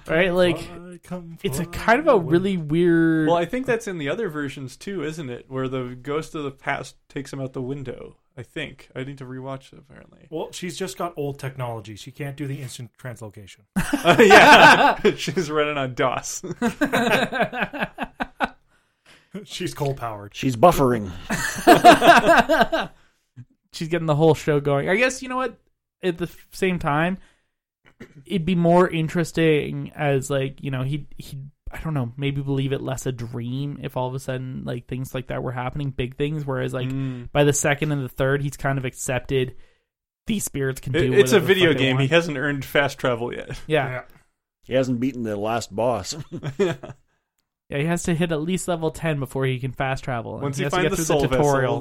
right? Like
Fly, come
it's a
fly
kind of a
away.
really weird.
well, I think that's in the other versions too, isn't it? Where the ghost of the past takes him out the window. I think I need to rewatch it. Apparently,
Well, she's just got old technology. She can't do the instant translocation.
yeah, she's running on DOS.
she's coal powered.
she's buffering.
she's getting the whole show going. I guess you know what. At the f- same time, it'd be more interesting as like you know he he I don't know maybe believe it less a dream if all of a sudden like things like that were happening big things. Whereas like
Hmm.
by the second and the third, he's kind of accepted these spirits can do.
It- it's a
whatever the
video
fuck they
game. He
want.
hasn't earned fast travel yet.
yeah. yeah,
Yeah.
He hasn't beaten the last boss.
He has to hit at least level ten before he can fast travel. and
Once
he
you
has
find
to
the
get
soul
through the tutorial.
vessel,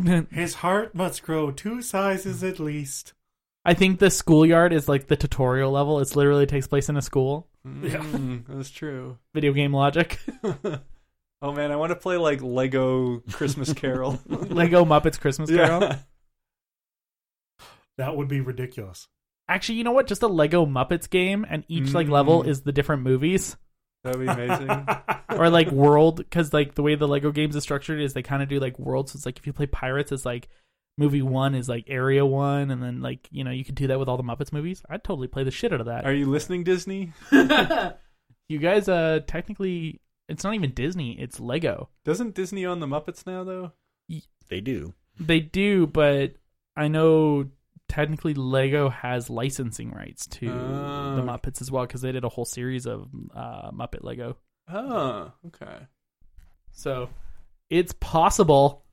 then
His heart must grow two sizes at least.
I think the schoolyard is like the tutorial level. It's literally takes place in a school.
Mm, that's true.
Video game logic.
Oh man, I want to play like Lego Christmas Carol.
Lego Muppets Christmas Carol.
That would be ridiculous.
Actually, you know what? Just a Lego Muppets game, and each like
Mm.
level is the different movies
That'd be amazing.
or like world. Because like the way the Lego games are structured is they kind of do like worlds. So it's like if you play Pirates, it's like movie one is like area one, and then like you know you could do that with all the Muppets movies. I'd totally play the shit out of that.
Are you listening, Disney?
You guys, uh, technically, it's not even Disney; it's Lego.
Doesn't Disney own the Muppets now, though?
They do.
They do, but I know technically Lego has licensing rights to
Ah,
the
okay.
Muppets as well because they did a whole series of uh, Muppet Lego.
Oh, okay.
So it's possible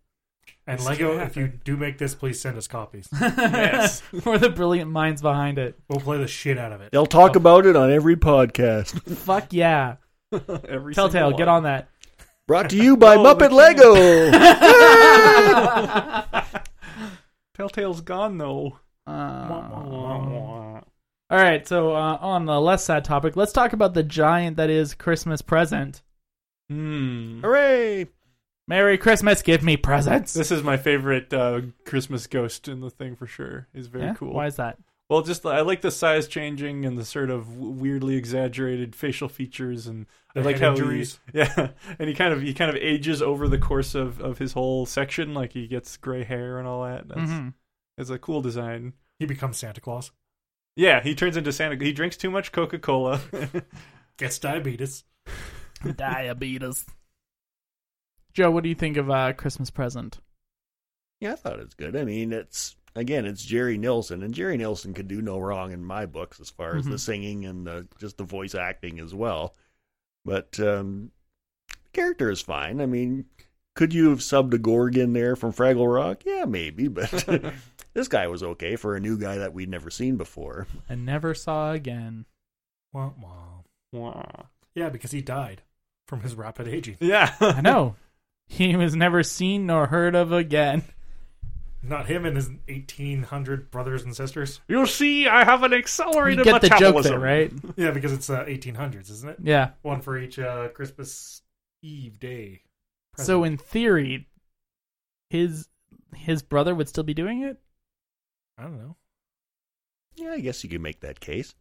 And Lego, if you do make this, please send us copies.
Yes.
for the brilliant minds behind it.
We'll play the shit out of it.
They'll talk about it on every podcast.
Fuck yeah!
Every
Telltale,
single
get
one.
on that.
Brought to you by
Oh,
Muppet
we
Lego.
Telltale's gone though. Uh.
All right, so uh, on the less sad topic, let's talk about the giant that is Christmas present.
Hmm.
Hooray!
Merry Christmas, give me presents.
This is my favorite uh, Christmas ghost in the thing for sure. Is very
Yeah?
cool.
Why is that?
Well, just the- I like the size changing and the sort of w- weirdly exaggerated facial features, and I
The
like
head
how he,
injuries.
yeah, and he kind of he kind of ages over the course of, of his whole section. Like he gets gray hair and all that. That's
Mhm.
it's a cool design.
He becomes Santa Claus,
Yeah, he turns into Santa. He drinks too much Coca Cola.
gets diabetes.
Diabetes. Joe, what do you think of uh, Christmas present?
Yeah, I thought it was good. I mean, it's again, it's Jerry Nilsson, and Jerry Nilsson could do no wrong in my books as far as the singing and the just the voice acting as well. But um, character is fine. I mean, could you have subbed a Gorg in there from Fraggle Rock? Yeah, maybe. But this guy was okay for a new guy that we'd never seen before.
I never saw again.
Wah, wah.
Wah.
Yeah, because he died from his rapid aging.
yeah,
I know. he was never seen nor heard of again.
Not him and his 1,800 brothers and sisters.
You see, I have an accelerated
You get the joke
metabolism.
there, right?
Yeah, because it's uh, 1800s, isn't it?
Yeah.
One for each uh, Christmas Eve day.
So in theory, his his brother would still be doing it,
I don't know.
Yeah, I guess you could make that case.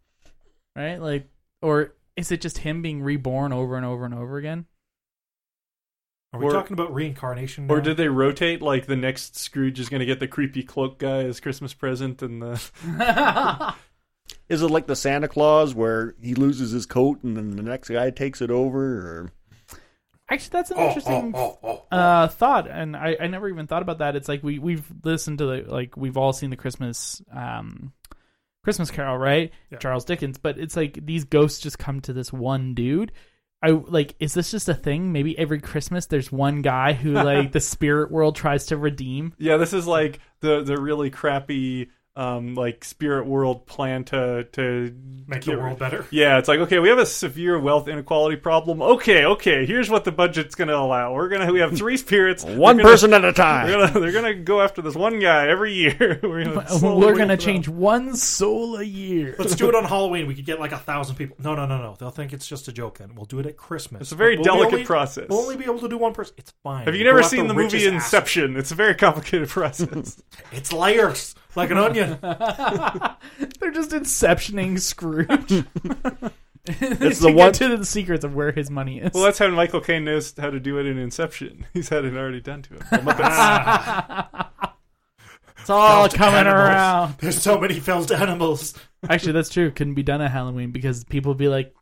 right? Like, or is it just him being reborn over and over and over again?
Are we
Or-
talking about reincarnation?
Or
now?
did they rotate? Like the next Scrooge is going to get the creepy cloak guy as Christmas present, and the
Is it like the Santa Claus where he loses his coat and then the next guy takes it over? Or
Actually, that's
Oh,
an interesting Uh, thought, and I, I never even thought about that. It's like we we've listened to the like we've all seen the Christmas um Christmas Carol, right?
Yeah.
Charles Dickens, but it's like these ghosts just come to this one dude. I like is this just a thing? Maybe every Christmas there's one guy who like the spirit world tries to redeem.
yeah, this is like the the really crappy um like spirit world plan to to
make the world better?
Yeah, it's like okay, we have a severe wealth inequality problem. Okay, okay, here's what the budget's going to allow. We're gonna we have three spirits, We're
one
gonna-
person at a time.
They're gonna, they're gonna go after this one guy every year. We're gonna, slowly
We're
weed
going to
them
change
out.
one soul a year.
Let's do it on Halloween. We could get like a thousand people. No, no, no, no. They'll think it's just a joke. Then we'll do it at Christmas.
It's a very
We'll be
delicate
only-
process.
We'll only be able to do one person. It's fine.
Have you
We'll
never
go
seen
after
the movie
richest ass-
Inception? It's a very complicated process.
It's layers like an onion.
They're just inceptioning Scrooge.
It's
it's
the
the
one-
one to the secrets of where his money is.
well, that's how Michael Caine knows how to do it in Inception. He's had it already done to him.
it's all
Felt
coming
animals.
around.
There's so many felled animals.
Actually, that's true. It couldn't be done at Halloween because people would be like,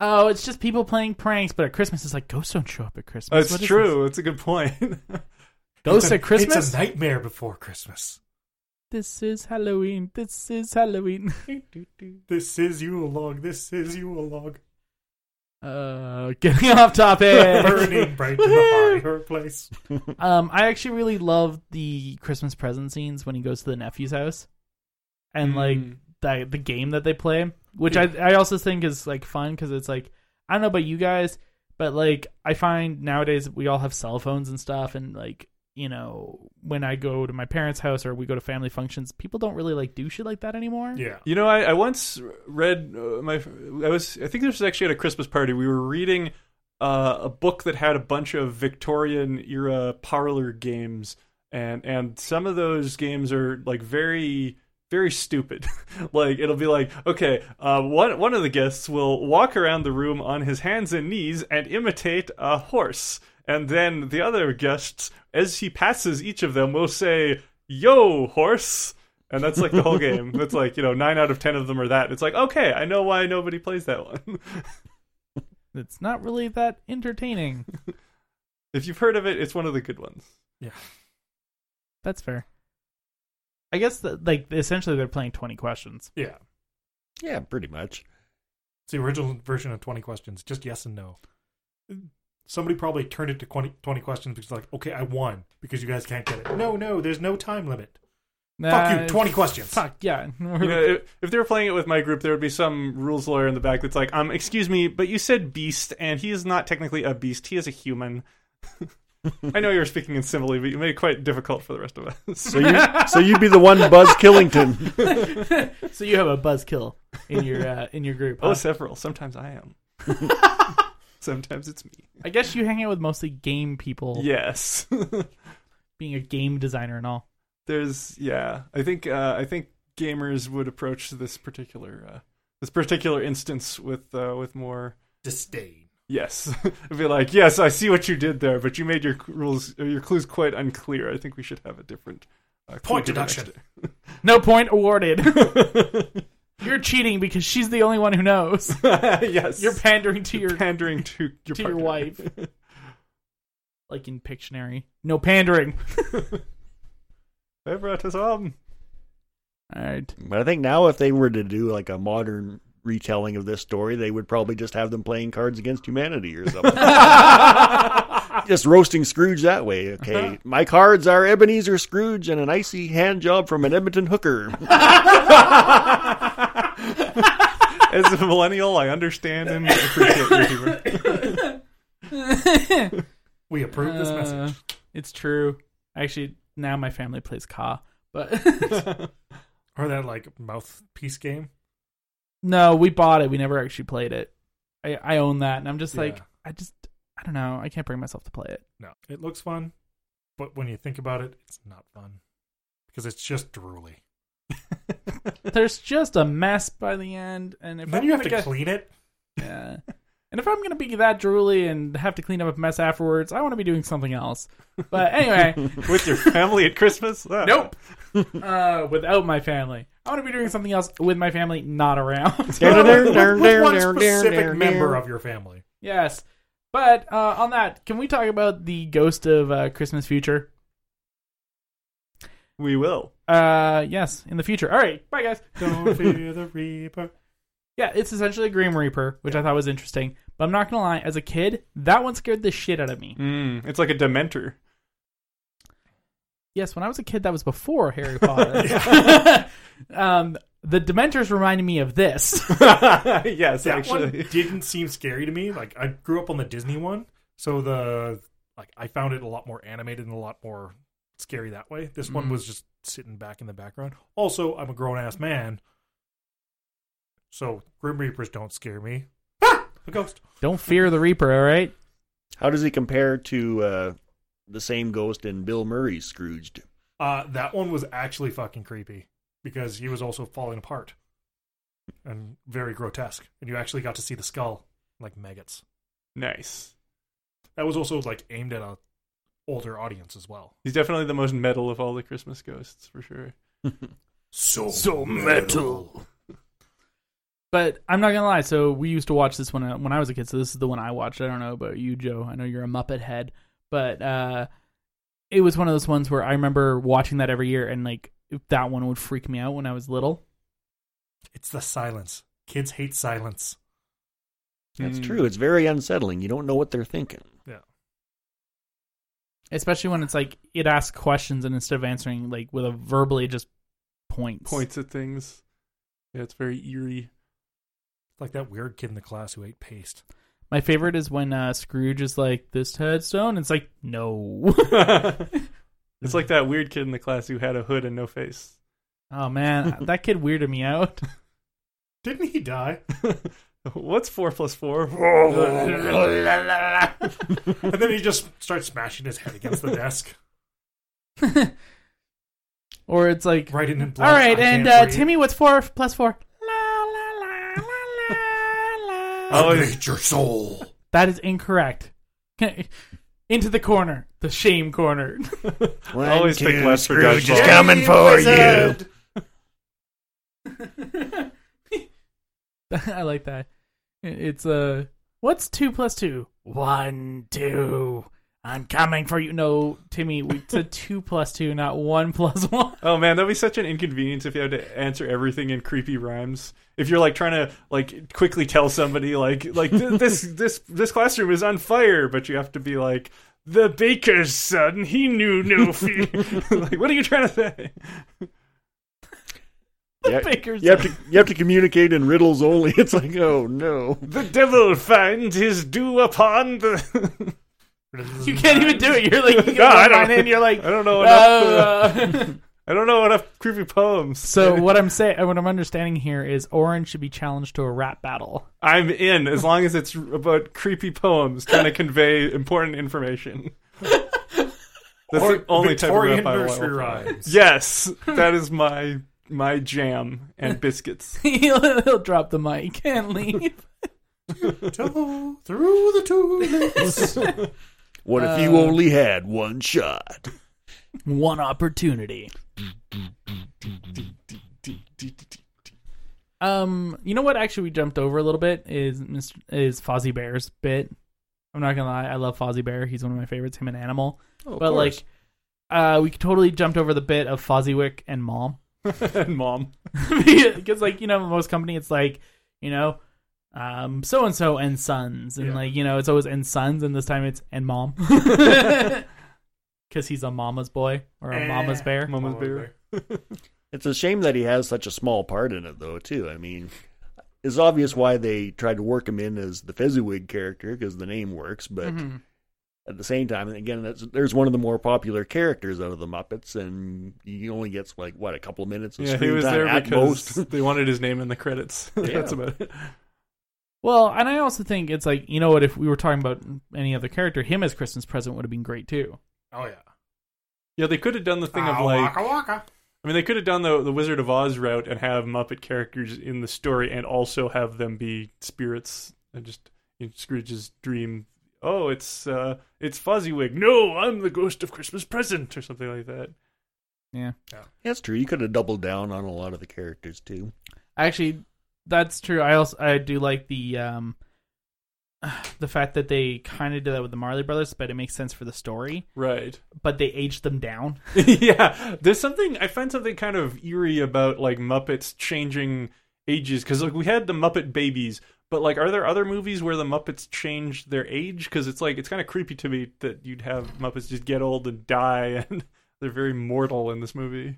"Oh, it's just people playing pranks." But at Christmas, it's like ghosts don't show up at Christmas.
That's
What is
true. It's a good point.
this? Ghosts
It's a-
at Christmas.
It's a nightmare before Christmas.
This is Halloween. This is Halloween.
This is Yule log. This is Yule log.
uh, getting off topic.
Burning bright in the fireplace.
um, I actually really love the Christmas present scenes when he goes to the nephew's house, and like
Mm.
that the game that they play, which I I also think is like fun because it's like I don't know about you guys, but like I find nowadays we all have cell phones and stuff, and like you know when I go to my parents' house or we go to family functions, people don't really like do shit like that anymore.
Yeah.
You know, I, I once read uh, my. I was. I think this was actually at a Christmas party. We were reading uh, a book that had a bunch of Victorian era parlor games, and and some of those games are like very very stupid. like it'll be like, okay, uh, one one of the guests will walk around the room on his hands and knees and imitate a horse, and then the other guests, as he passes each of them, will say, "Yo, horse." And that's like the whole game. That's like, you know, nine out of ten of them are that. It's like, okay, I know why nobody plays that one.
It's not really that entertaining.
if you've heard of it, it's one of the good ones.
That's fair. I guess that like essentially they're playing twenty questions.
Yeah.
Yeah, pretty much.
It's the original version of 20 questions, just yes and no. Somebody probably turned it to 20, 20 questions because, like, okay, I won because you guys can't get it. No, no, there's no time limit. Fuck you,
Nah,
20 questions.
Fuck yeah.
You know, if, if they were playing it with my group, there would be some rules lawyer in the back that's like, um, excuse me, but you said beast, and he is not technically a beast. He is a human. I know you were speaking in simile, but you made it quite difficult for the rest of us.
So you so you'd be the one Buzz Killington.
so you have a buzzkill in your uh, in your group.
oh,
huh?
several. Sometimes I am. Sometimes it's me.
I guess you hang out with mostly game people,
Yes.
being a game designer and all.
There's yeah. I think uh, I think gamers would approach this particular uh, this particular instance with uh, with more
Disdain.
Yes, I'd be like, yes, I see what you did there, but you made your c- rules, or your clues quite unclear. I think we should have a different uh, clue
Point
given
deduction.
next
No point awarded. You're cheating because she's the only one who knows.
time. yes,
You're pandering to your
pandering to your
to your
partner.
wife. like in Pictionary. No pandering.
Everett is um, on.
All right.
But I think now if they were to do like a modern retelling of this story, they would probably just have them playing Cards Against Humanity or something. just roasting Scrooge that way. Okay, my cards are Ebenezer Scrooge and an icy hand job from an Edmonton hooker.
As a millennial, I understand and appreciate your humor.
We approve this
Uh,
message.
It's true. Actually, now my family plays Ka, but
Or that, like, mouthpiece game.
no, we bought it. We never actually played it. I, I own that, and I'm just like,
Yeah.
I just, I don't know. I can't bring myself to play it.
No. It looks fun, but when you think about it, it's not fun because it's just drooly.
There's just a mess by the end, and if
And then
I'm
you have
gonna
to
get-
clean it.
yeah. and if I'm gonna be that drooly and have to clean up a mess afterwards, I want to be doing something else. But anyway,
With your family at Christmas? Ah.
nope. Uh, without my family, I want to be doing something else with my family, not around.
With, with one specific member of your family.
Yes. But uh, on that, can we talk about the ghost of uh, Christmas future?
We will.
Uh, yes, in the future. All right, bye guys.
Don't fear the reaper.
Yeah, it's essentially a Grim Reaper, which I thought was interesting. But I'm not gonna lie, as a kid, that one scared the shit out of me.
Mm, it's like a Dementor.
Yes, when I was a kid, that was before Harry Potter. um, the Dementors reminded me of this.
yes,
that
actually.
one didn't seem scary to me. Like I grew up on the Disney one, so the like I found it a lot more animated and a lot more scary that way. This one was just sitting back in the background. Also, I'm a grown ass man, so Grim Reapers don't scare me. Ah, a ghost.
Don't fear the Reaper. All right.
How does he compare to uh, the same ghost in Bill Murray's Scrooged?
Uh, that one was actually fucking creepy because he was also falling apart and very grotesque, and you actually got to see the skull like maggots.
Nice.
That was also like aimed at a older audience as well.
He's definitely the most metal of all the Christmas ghosts, for sure.
So,
But I'm not gonna lie. So we used to watch this when I, when I was a kid. So this is the one I watched. I don't know about you, Joe. I know you're a Muppet head, but uh, it was one of those ones where I remember watching that every year, and like that one would freak me out when I was little.
It's the silence. Kids hate silence.
That's
Mm.
true. It's very unsettling. You don't know what they're thinking.
Especially when it's like it asks questions, and instead of answering like with a verbally, it just points.
Points at things. Yeah, it's very eerie.
It's like that weird kid in the class who ate paste.
My favorite is when uh, Scrooge is like this headstone. And it's like no.
It's
Mm-hmm.
like that weird kid in the class who had a hood and no face.
oh man, that kid weirded me out.
Didn't he die?
What's four plus four?
and then he just starts smashing his head against the desk.
Or it's like,
Write it in blood.
all right,
I
and uh,
can't breathe.
Timmy, what's four plus four? La la la la la la.
Oh, it's-
hate your soul.
That is incorrect. Into the corner, the shame corner.
One,
Always pick
two,
less for
Scrooge
dodgeball.
is coming for you.
I like that. It's Uh, what's two plus two? One, two. I'm coming for you. No, Timmy, we said two plus two, not one plus one.
Oh man, that'd be such an inconvenience if you had to answer everything in creepy rhymes. If you're like trying to like quickly tell somebody like like th- this this this classroom is on fire, but you have to be like the baker's son, he knew no fear. like, what are you trying to say?
Yeah,
Baker's
you have to you have to communicate in riddles only. It's like, oh no.
The devil finds his due upon the.
You can't even do it. You're like, you get
No, I
one
don't-
line in, you're like,
I don't know enough. uh,
uh,
I don't know enough creepy poems.
so what I'm saying, what I'm understanding here is Orange should be challenged to a rap battle.
I'm in as long as it's about creepy poems trying to convey important information. That's
Or
the only
Victorian
type of rap I will
nursery
play.
rhymes.
Yes, that is my my jam and biscuits.
he'll, he'll drop the mic and leave.
Toe through the tulips.
What if you only had one shot?
one opportunity. Um, you know what? Actually, we jumped over a little bit. Is Mr. is Fozzie Bear's bit? I'm not gonna lie. I love Fozzie Bear. He's one of my favorites. Him and Animal.
Oh,
but like, uh, we totally jumped over the bit of Fozziwick and Mom
and mom.
because, like, you know, most company it's like, you know, um, so and so and sons, and
Yeah.
like, you know, it's always and sons, and this time it's and Mom because he's a mama's boy or a mama's bear.
Eh, Mama's beer.
It's a shame that he has such a small part in it, though. Too. I mean, it's obvious why they tried to work him in as the Fezziwig character because the name works. But
Mm-hmm.
at the same time, and again, that's, there's one of the more popular characters out of the Muppets, and he only gets like what a couple of minutes of
Yeah, he
screen
was
time
there
at
because
most.
they wanted his name in the credits. That's
Yeah.
about it.
Well, and I also think it's like you know what? If we were talking about any other character, him as Christmas present would have been great too.
Oh yeah.
Yeah, they could have done the thing
Ah,
of like
waka waka.
I mean, they could have done the the Wizard of Oz route and have Muppet characters in the story, and also have them be spirits. And just in Scrooge's dream, oh, it's uh, it's Fozziwig. No, I'm the ghost of Christmas present, or something like that.
Yeah,
That's true. You could have doubled down on a lot of the characters too.
actually, that's true. I also I do like the um the fact that they kind of did that with the Marley Brothers, but it makes sense for the story.
Right.
But they aged them down.
yeah, there's something I find something kind of eerie about like Muppets changing ages because like we had the Muppet Babies, but like are there other movies where the Muppets change their age? Because it's like it's kind of creepy to me that you'd have Muppets just get old and die, and they're very mortal in this movie.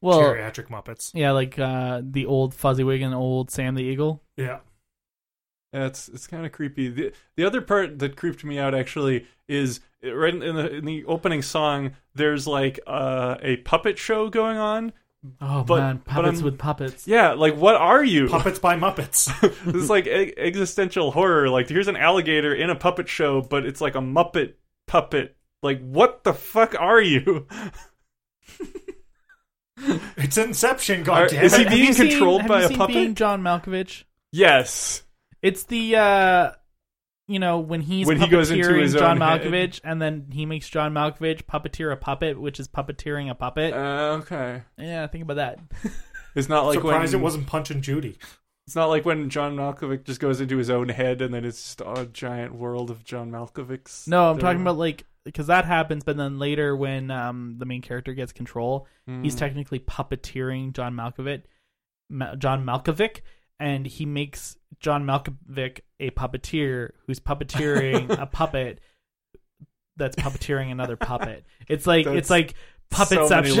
Well,
Geriatric Muppets.
yeah, like uh the old Fuzziwig and old Sam the Eagle.
Yeah.
Yeah, it's it's kind of creepy. The the other part that creeped me out actually is uh, right in in the in the opening song. There's like uh, a puppet show going on.
Oh
But-
man,
but
puppets
I'm-
with puppets.
Yeah, like what are you?
Puppets by Muppets.
this is like e- existential horror. Like here's an alligator in a puppet show, but it's like a Muppet puppet. Like what the fuck are you?
it's Inception,
Are-
goddamn.
is he
Have
being
you seen-
controlled
have
by
you
a
seen
puppet?
Being John Malkovich.
Yes.
It's the uh you know when he's
When he goes into
puppeteering
his
John
own head.
Malkovich, and then he makes John Malkovich puppeteer a puppet, which is puppeteering a puppet.
Uh, okay.
yeah, think about that.
It's not like
Surprised
when
it wasn't Punch and Judy.
it's not like when John Malkovich just goes into his own head and then it's just a giant world of John Malkovich's.
No, I'm
They're-
talking about like because that happens, but then later when um the main character gets control,
Hmm.
he's technically puppeteering John Malkovich, Ma- John Malkovich, and he makes John Malkovich a puppeteer who's puppeteering a puppet that's puppeteering another puppet. It's like
That's
it's like
so many
puppetception.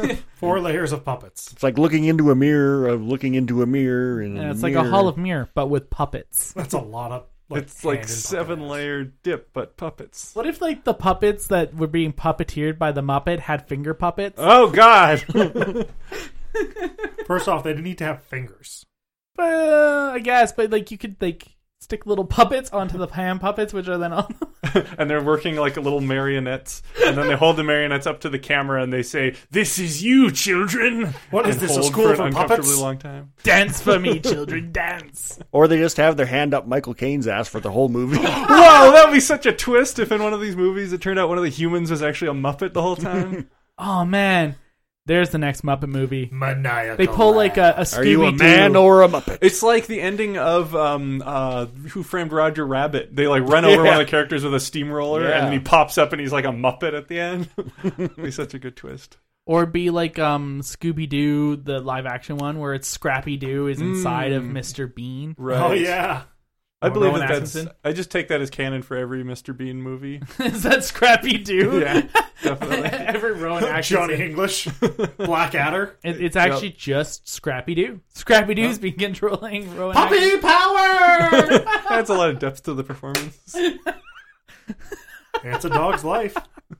levels.
Four layers of puppets.
It's like looking into a mirror of looking into a mirror, and
Yeah, it's like a
mirror.
Hall of Mirror, but with puppets.
That's a lot of. Like,
it's like
hand and
seven
puppet.
layer dip, but puppets.
What if like the puppets that were being puppeteered by the Muppet had finger puppets?
Oh God!
First off, they didn't need to have fingers.
Well, I guess, but like you could like stick little puppets onto the hand puppets, which are then on.
and they're working like little marionettes, and then they hold the marionettes up to the camera and they say, "This is you, children."
What is
and
this, a
hold
school
an
for
uncomfortably
puppets?
long time?
dance for me, children, dance.
Or they just have their hand up Michael Caine's ass for the whole movie.
Whoa, that would be such a twist if in one of these movies it turned out one of the humans was actually a Muppet the whole time.
Oh man, there's the next Muppet movie.
Maniacal.
They pull like a, a
Are you a
Scooby
man
Doo.
or a muppet?
it's like the ending of um, uh, Who Framed Roger Rabbit. They like run over
Yeah.
one of the characters with a steamroller,
Yeah.
and he pops up and he's like a Muppet at the end. It'd be such a good twist.
or be like um Scooby Doo, the live action one where it's Scrappy Doo is inside
Mm.
of Mr. Bean.
Right?
Oh yeah.
I believe
Rowan
that that's.
Atkinson.
I just take that as canon for every Mr. Bean movie.
is that Scrappy Doo?
definitely.
Every Rowan action.
Johnny English, Blackadder,
It, it's actually just Scrappy Doo. Scrappy Doo's been controlling Rowan. Atkins.
Puppy Power.
Adds a lot of depth to the performance.
it's a dog's life.
All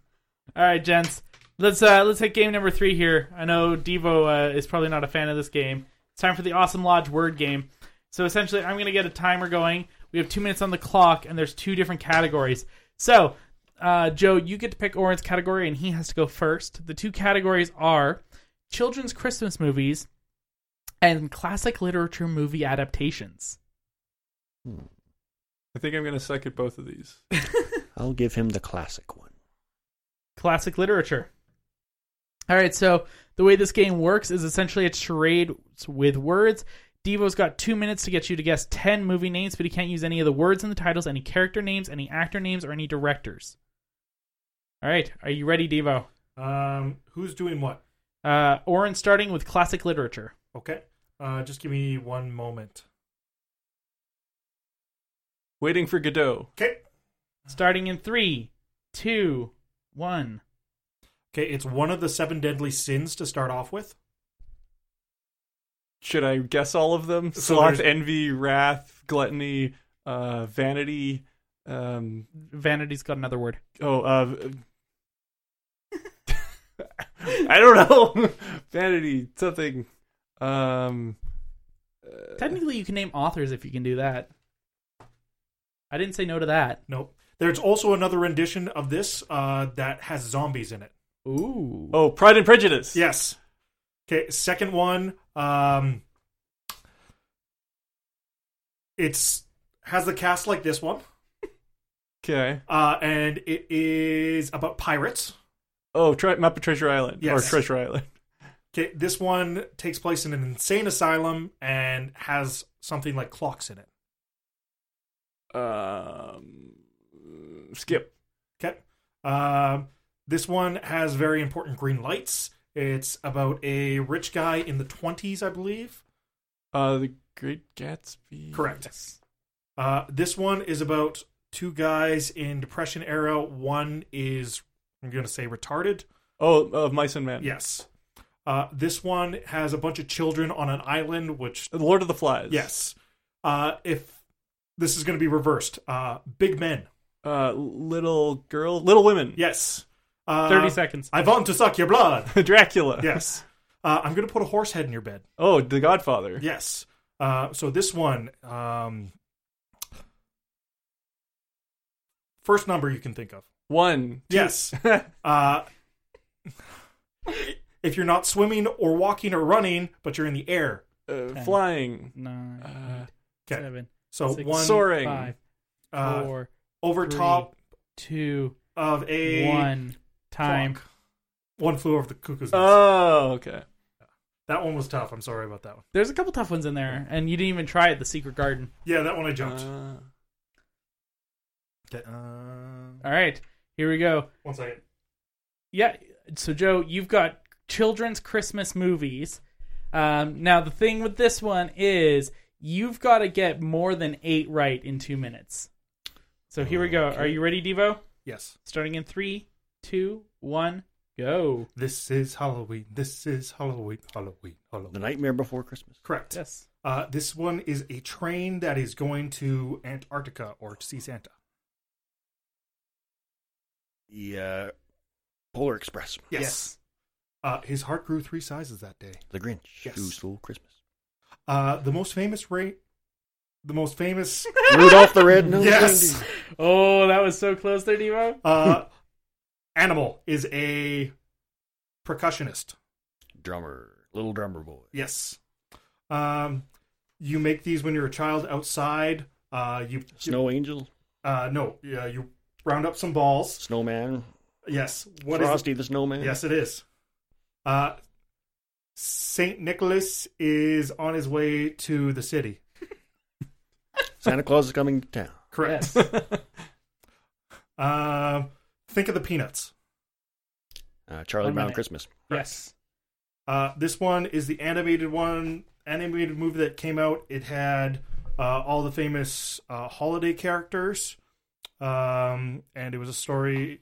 right, gents. Let's uh let's hit game number three here. I know Devo uh, is probably not a fan of this game. It's time for the Awesome Lodge word game. So essentially, I'm gonna get a timer going. We have two minutes on the clock, and there's two different categories. So, uh, Joe, you get to pick Oren's category, and he has to go first. The two categories are children's Christmas movies and classic literature movie adaptations.
I think I'm going to suck at both of these.
I'll give him the classic one.
classic literature. All right, so the way this game works is essentially a charade with words. Devo's got two minutes to get you to guess 10 movie names, but he can't use any of the words in the titles, any character names, any actor names, or any directors. All right, are you ready, Devo?
Um, who's doing what?
Uh, Oren starting with classic literature.
Okay. Uh, just give me one moment.
Waiting for Godot.
Okay.
Starting in three, two, one.
Okay. It's one of the seven deadly sins to start off with.
Should I guess all of them?
So
Sloth,
there's-
envy, wrath, gluttony, uh, vanity. Um,
Vanity's got another word.
oh, uh, I don't know. vanity, something. Um,
Technically, you can name authors if you can do that. I didn't say no to that.
Nope. There's also another rendition of this uh, that has zombies in it.
Ooh.
oh, Pride and Prejudice.
Yes. Okay. Second one. Um, it's has the cast like this one,
Okay.
uh, and it is about pirates.
Oh, tre- Muppet Treasure Island.
Yes.
Or Treasure Island.
Okay, this one takes place in an insane asylum and has something like clocks in it.
Um, skip.
Okay. Um, this one has very important green lights. It's about a rich guy in the 20s, I believe.
Uh, The Great Gatsby.
Correct. Uh, this one is about two guys in Depression era. One is, I'm going to say, retarded.
Oh, of Mice and Men.
Yes. Uh, this one has a bunch of children on an island, which,
Lord of the Flies.
yes. Uh, if this is going to be reversed, uh, big men.
Uh, little girl, Little Women.
Yes. Uh,
30 seconds.
I want to suck your blood.
Dracula.
Yes. Uh, I'm going to put a horse head in your bed.
Oh, The Godfather.
Yes. Uh, so this one, um, first number you can think of.
One.
Yes. uh, if you're not swimming or walking or running, but you're in the air.
Uh, flying.
Nine,
Uh,
eight,
okay.
seven,
So
Six.
one
Soaring.
five,
uh,
four,
over
three,
top
two,
of a
one. Time.
clock. One flew over the cuckoo's nest.
Oh, okay.
that one was tough. I'm sorry about that one.
There's a couple tough ones in there, and you didn't even try it. The Secret Garden.
Yeah, that one I jumped.
Uh,
Okay, uh,
All right, here we go.
one second.
Yeah. So Joe, you've got children's Christmas movies. Um, now the thing with this one is you've got to get more than eight right in two minutes. So here we go. Are you ready, Devo?
Yes.
Starting in three, two, one, go.
This is Halloween. This is Halloween. Halloween.
The
Halloween.
Nightmare Before Christmas.
Correct.
Yes.
Uh, this one is a train that is going to Antarctica or to see Santa.
The uh, Polar Express.
Yes. Uh, his heart grew three sizes that day.
The Grinch.
Yes.
Who Stole Christmas.
Uh, the most famous ra- the most famous.
Rudolph the Red Nose.
yes,
Oh, that was so close there, Devo.
uh, Animal is a percussionist.
Drummer, little drummer boy.
Yes, um, you make these when you're a child outside. Uh, you
Snow Angel,
uh, no, yeah, you round up some balls.
Snowman,
Yes, what is
Frosty the Snowman.
Yes, it is. Uh, Saint Nicholas is on his way to the city.
Santa Claus is coming to town.
Correct. Um, think of the peanuts.
Uh, Charlie
One
Brown
minute.
Christmas.
Yes.
Uh, this one is the animated one, animated movie that came out. It had uh, all the famous uh, holiday characters, um, and it was a story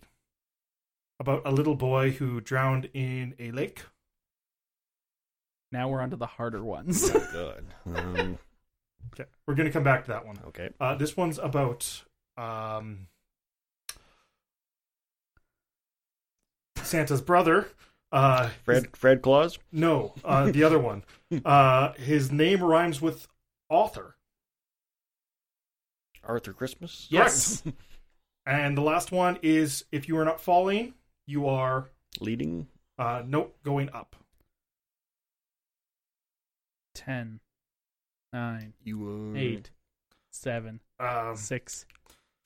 about a little boy who drowned in a lake.
Now we're onto the harder ones.
Oh, Good. Um,
Okay, we're gonna come back to that one.
okay.
Uh, this one's about um, Santa's brother. Uh,
Fred Fred Claus.
no, uh, the other one. Uh, his name rhymes with author.
Arthur Christmas.
Yes. and the last one is if you are not falling, you are
Leading.
uh, nope going up.
Ten, nine,
You were
eight, seven,
Um,
six,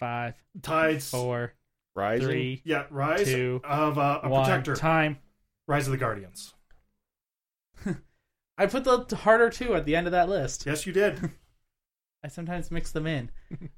five,
tides.
four,
rising.
three,
Yeah, rise
oh, Two,
of uh, a
one.
protector.
Time.
Rise of the Guardians.
I put the harder two at the end of that list.
Yes, you did.
I sometimes mix them in.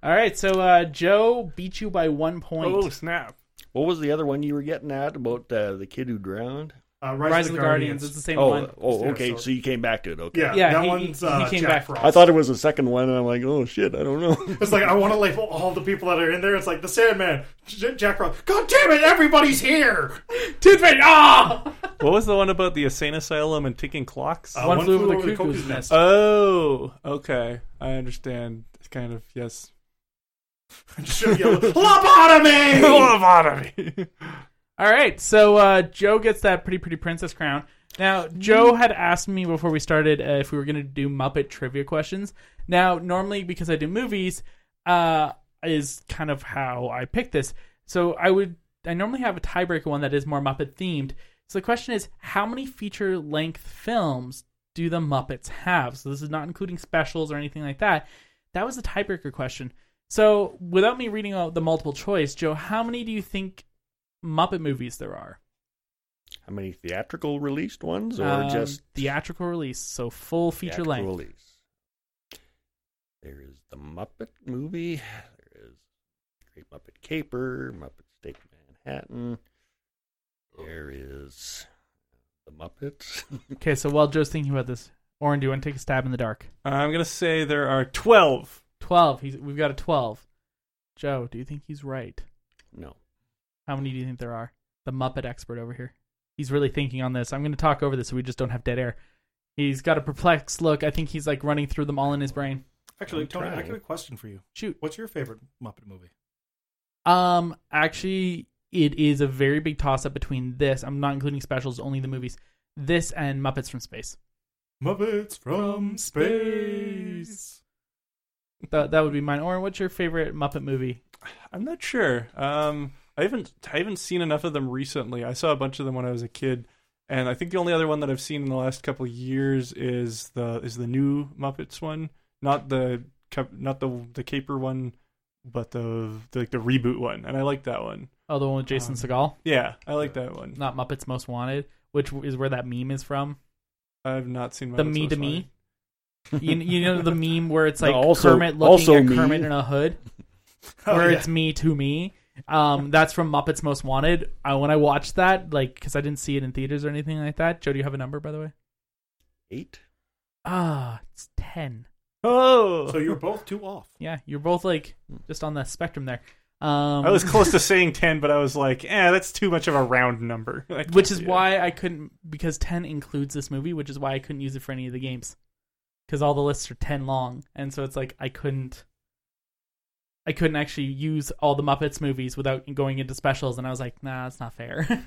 All right, so uh, Joe beat you by one point.
Oh snap!
What was the other one you were getting at about uh, the kid who drowned?
Uh,
Rise, of the Guardians. It's the same
Oh,
one.
oh, okay.
sorry.
So you came back to it. Okay.
Yeah,
Yeah,
that
he-
one's
he-
uh,
he came
Jack
back.
Frost.
I thought it was the second one, and I'm like, oh shit, I don't know.
It's like I want to label all the people that are in there. It's like the Sandman, J- Jack Frost. God damn it! Everybody's here.
Toothpaste! Ah!
What was the one about the insane asylum and ticking clocks?
Uh,
One flew over the cuckoo's nest. Uh,
Oh, okay. I understand. Kind of yes.
Should yell, Lobotomy.
Lobotomy.
All right, so uh, Joe gets that pretty pretty princess crown. Now, Joe had asked me before we started uh, if we were going to do Muppet trivia questions. Now, normally because I do movies, uh, is kind of how I pick this. So I would I normally have a tiebreaker one that is more Muppet themed. So the question is, how many feature length films do the Muppets have? So this is not including specials or anything like that. That was the tiebreaker question. So without me reading out the multiple choice, Joe, how many do you think Muppet movies there are.
How many theatrical released ones, or
Um,
just
theatrical release, so full feature
theatrical
length.
release? There is the Muppet movie. There is Great Muppet Caper, Muppet Steak Manhattan. There is the Muppets.
Okay, so while Joe's thinking about this, Oren, do you want to take a stab in the dark?
I'm gonna say there are twelve.
Twelve. He's, we've got a twelve. Joe, do you think he's right?
no,
How many do you think there are? The Muppet expert over here. He's really thinking on this. I'm going to talk over this so we just don't have dead air. He's got a perplexed look. I think he's like running through them all in his brain.
Actually,
I'm
Tony, I
trying.
got a question for you.
Shoot.
What's your favorite Muppet movie?
Um, actually, it is a very big toss up between this. I'm not including specials, only the movies. This and Muppets from Space.
Muppets from space.
That that would be mine. Oren, what's your favorite Muppet movie?
I'm not sure. Um, I haven't I haven't seen enough of them recently. I saw a bunch of them when I was a kid, and I think the only other one that I've seen in the last couple of years is the is the new Muppets one, not the cap- not the the caper one, but the the, like, the reboot one, and I like that one.
Oh, the one with Jason Segal,
Yeah, I like that one.
not Muppets Most Wanted, which is where that meme is from.
I've not seen
the
Muppets
me
Most
to
Wanted.
me. You, you know the meme where it's
No,
like
also-
Kermit looking
also
at
me.
Kermit in a hood,
Oh,
where
yeah.
it's me to me. Um, that's from Muppets Most Wanted. I, when I watched that, like, because I didn't see it in theaters or anything like that. Joe, do you have a number by the way?
eight.
Ah, it's ten.
Oh,
So you're both two off.
Yeah, you're both like just on the spectrum there. Um,
Hmm. I was close to saying ten, but I was like, eh, that's too much of a round number. I can't
which is
do it.
why I couldn't because ten includes this movie, which is why I couldn't use it for any of the games because all the lists are ten long, and so it's like I couldn't, I couldn't actually use all the Muppets movies without going into specials, and I was like, nah, that's not fair.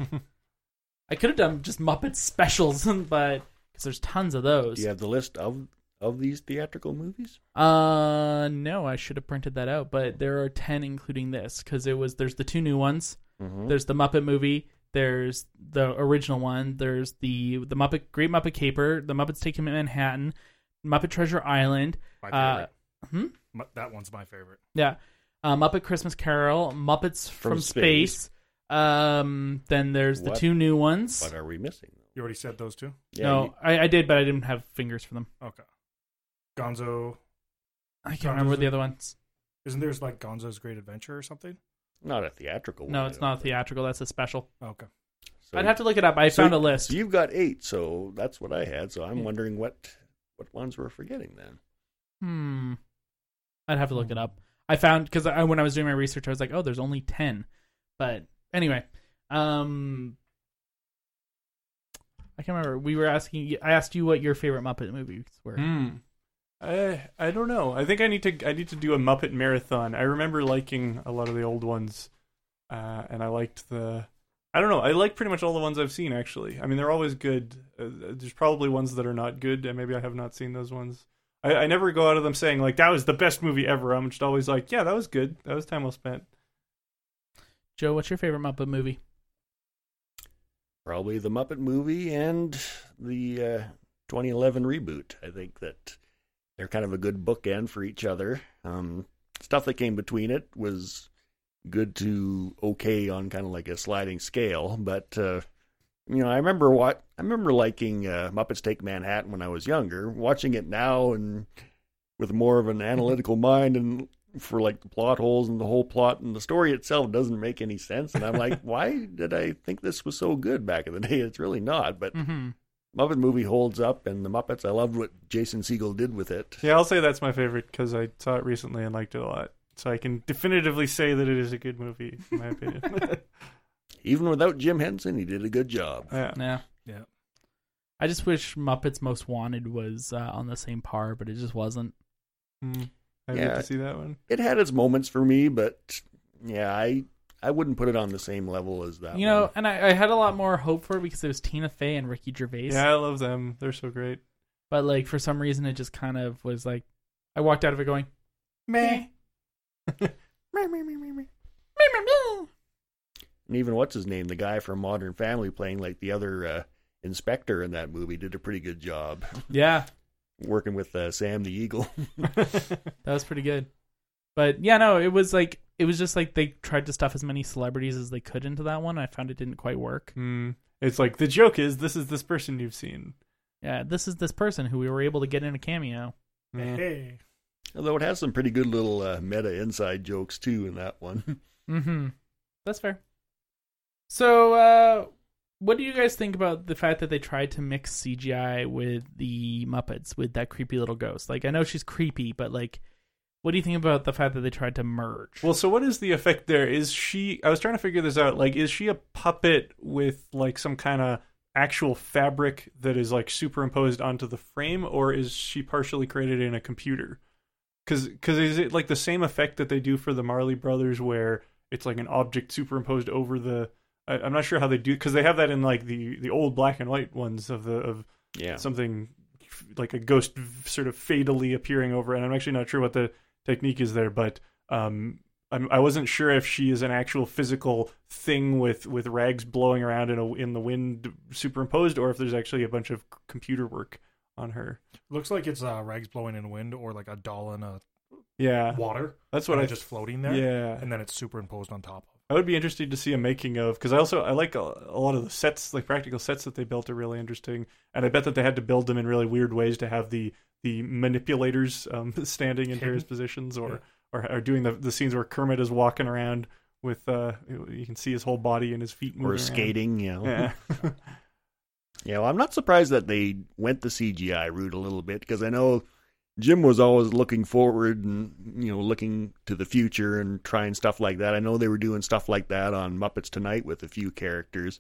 I could have done just Muppet specials, but because there's tons of those.
Do you have the list of of these theatrical movies?
Uh, no, I should have printed that out,
Hmm.
but there are 10 including this because it was there's the two new ones.
Mm-hmm.
There's the Muppet movie, there's the original one, there's the the Muppet Great Muppet Caper, the Muppets Take Him to Manhattan, Muppet Treasure Island,
My
uh,
favorite. M- that one's my favorite.
yeah, uh, Muppet Christmas Carol, Muppets from,
From
Space. Um, then there's the
What?
two new ones.
What are we missing?
You already said those two.
Yeah,
no,
you-
I, I did, but I didn't have fingers for them.
Okay. Gonzo,
I can't
John
remember what
Joseph-
the other ones.
isn't there's like Gonzo's Great Adventure or something?
not a theatrical.
No,
one,
it's
I don't
not theatrical. That's a special.
Okay.
think. So-
I'd have to look it up. I
so
found a
you-
list.
So you've got eight, so that's what I had. So I'm
Yeah.
wondering what what ones we're forgetting then.
Hmm. I'd have to look it up. I found because I, when I was doing my research, I was like, oh, there's only ten. But anyway, um, I can't remember. We were asking. I asked you what your favorite Muppet movies were.
Hmm. I I don't know. I think I need to I need to do a Muppet marathon. I remember liking a lot of the old ones, uh, and I liked the. I don't know. I like pretty much all the ones I've seen. Actually, I mean they're always good. Uh, there's probably ones that are not good, and maybe I have not seen those ones. I, I never go out of them saying like that was the best movie ever. I'm just always like, yeah, that was good. That was time well spent.
Joe, what's your favorite Muppet movie?
Probably the Muppet movie and the uh, 2011 reboot. I think that they're kind of a good bookend for each other. Um, stuff that came between it was good to okay on kind of like a sliding scale, but uh, you know, I remember what I remember liking uh, Muppets Take Manhattan when I was younger. Watching it now and with more of an analytical mind and for like the plot holes and the whole plot and the story itself doesn't make any sense. And I'm like, why did I think this was so good back in the day? It's really not. But
Mm-hmm.
Muppet movie holds up, and the Muppets. I loved what Jason Siegel did with it.
Yeah, I'll say that's my favorite because I saw it recently and liked it a lot. So I can definitively say that it is a good movie, in my opinion.
Even without Jim Henson, he did a good job.
yeah.
Yeah.
Yeah.
I just wish Muppets Most Wanted was uh, on the same par, but it just wasn't.
Mm. I
Yeah.
get to see that one.
It had its moments for me, but yeah, I I wouldn't put it on the same level as that.
you know, and I, I had a lot more hope for it because it was Tina Fey and Ricky Gervais.
Yeah, I love them. They're so great.
But like for some reason, it just kind of was like I walked out of it going,
Meh.
and even what's his name, the guy from Modern Family, playing like the other uh, inspector in that movie, did a pretty good job
yeah,
working with uh, Sam the Eagle.
that was pretty good. But yeah, no, it was like it was just like they tried to stuff as many celebrities as they could into that one. I found it didn't quite work.
Mm. It's like the joke is this is this person you've seen.
Yeah, this is this person who we were able to get in a cameo.
Yeah.
Hey.
Although it has some pretty good little uh, meta inside jokes too in that one.
Mm-hmm. That's fair. So, uh, what do you guys think about the fact that they tried to mix CGI with the Muppets with that creepy little ghost? Like, I know she's creepy, but like, what do you think about the fact that they tried to merge?
Well, so what is the effect there? Is she? I was trying to figure this out. Like, is she a puppet with like some kind of actual fabric that is like superimposed onto the frame, or is she partially created in a computer? Because is it like the same effect that they do for the Marley Brothers, where it's like an object superimposed over the? I, I'm not sure how they do because they have that in like the the old black and white ones of the of
Yeah.
something f- like a ghost v- sort of fatally appearing over and i'm actually not sure what the technique is there but um I'm, i wasn't sure if she is an actual physical thing with with rags blowing around in a, in the wind superimposed or if there's actually a bunch of c- computer work on her
Looks like it's uh, rags blowing in wind or like a doll in a
yeah
water.
that's what
and
i
it's just floating there.
yeah
And then it's superimposed on top of.
I would be interested to see a making of because I also I like a, a lot of the sets, like practical sets that they built are really interesting, and I bet that they had to build them in really weird ways to have the the manipulators um, standing in various positions or, or or doing the the scenes where Kermit is walking around with uh you can see his whole body and his feet moving
or
around.
skating, you know.
Yeah,
Yeah, well, I'm not surprised that they went the CGI route a little bit because I know Jim was always looking forward and you know looking to the future and trying stuff like that. I know they were doing stuff like that on Muppets Tonight with a few characters,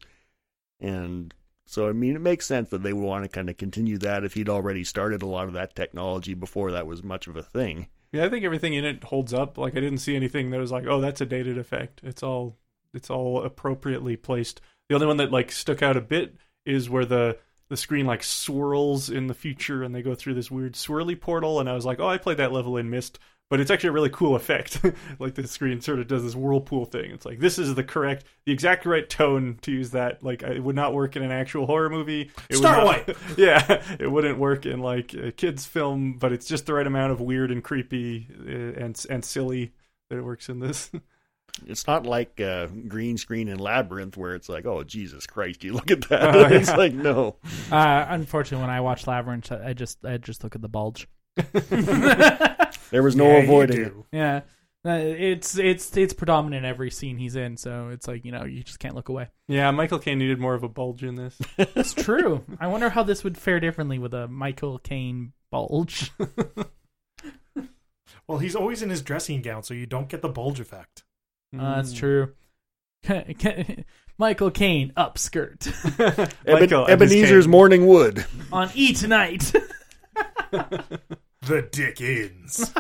and so I mean it makes sense that they would want to kind of continue that if he'd already started a lot of that technology before that was much of a thing.
yeah. I think everything in it holds up. Like I didn't see anything that was like, oh, that's a dated effect. It's all it's all appropriately placed. The only one that like stuck out a bit is where the the screen like swirls in the future and they go through this weird swirly portal and I was like, "Oh, I played that level in Mist." But it's actually a really cool effect. like the screen sort of does this whirlpool thing. It's like this is the correct, the exact right tone to use that. Like it would not work in an actual horror movie. It would
Star
not-
White!
yeah, it wouldn't work in like a kids film, but it's just the right amount of weird and creepy uh, and and silly that it works in this.
It's not like uh, green screen in Labyrinth where it's like, oh Jesus Christ, you look at that.
Oh,
it's
yeah.
like no,
Uh, unfortunately, when I watch Labyrinth, I I just I just look at the bulge.
there was no
Yeah, you
avoiding it.
do.
Yeah, Uh, it's it's it's predominant in every scene he's in, so it's like you know you just can't look away.
yeah, Michael Caine needed more of a bulge in this.
It's true. I wonder how this would fare differently with a Michael Caine bulge. Uh,
Well, he's always in his dressing gown, so you don't get the bulge effect.
Uh, that's true. Michael Caine upskirt
Eben-
Michael and his
Ebenezer's
cane.
Morning Wood.
on E tonight.
The dick ends.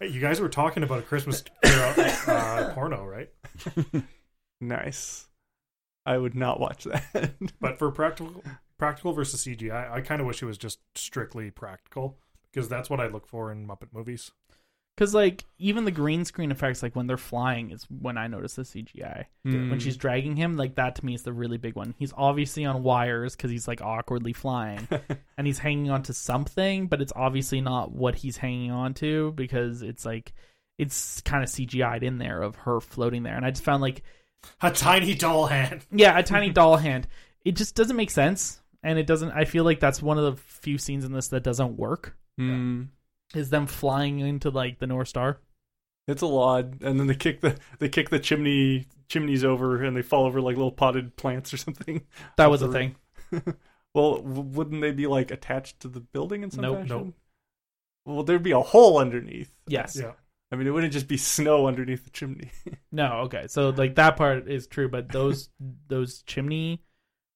you guys were talking about a Christmas era, uh, porno, right?
Nice. I would not watch that.
But for practical practical versus CGI, I kind of wish it was just strictly practical because that's what I look for in Muppet movies.
Because like even the green screen effects, like when they're flying, is when I notice the CGI. When she's dragging him, like that to me is the really big one. He's obviously on wires because he's like awkwardly flying, and he's hanging on to something, but it's obviously not what he's hanging on to because it's like it's kind of CGI'd in there of her floating there. And I just found like
A tiny doll hand.
yeah, a tiny doll hand. It just doesn't make sense, and it doesn't. I feel like that's one of the few scenes in this that doesn't work.
Mm.
Is them flying into like the North Star.
It's a lot, and then they kick the they kick the chimney chimneys over, and they fall over like little potted plants or something.
That was a
the
thing.
Well, w- wouldn't they be like attached to the building in some
Nope.
fashion?
Nope.
Well, there'd be a hole underneath.
Yes.
Yeah.
I mean, it wouldn't just be snow underneath the chimney.
No, okay. So like that part is true, but those those chimney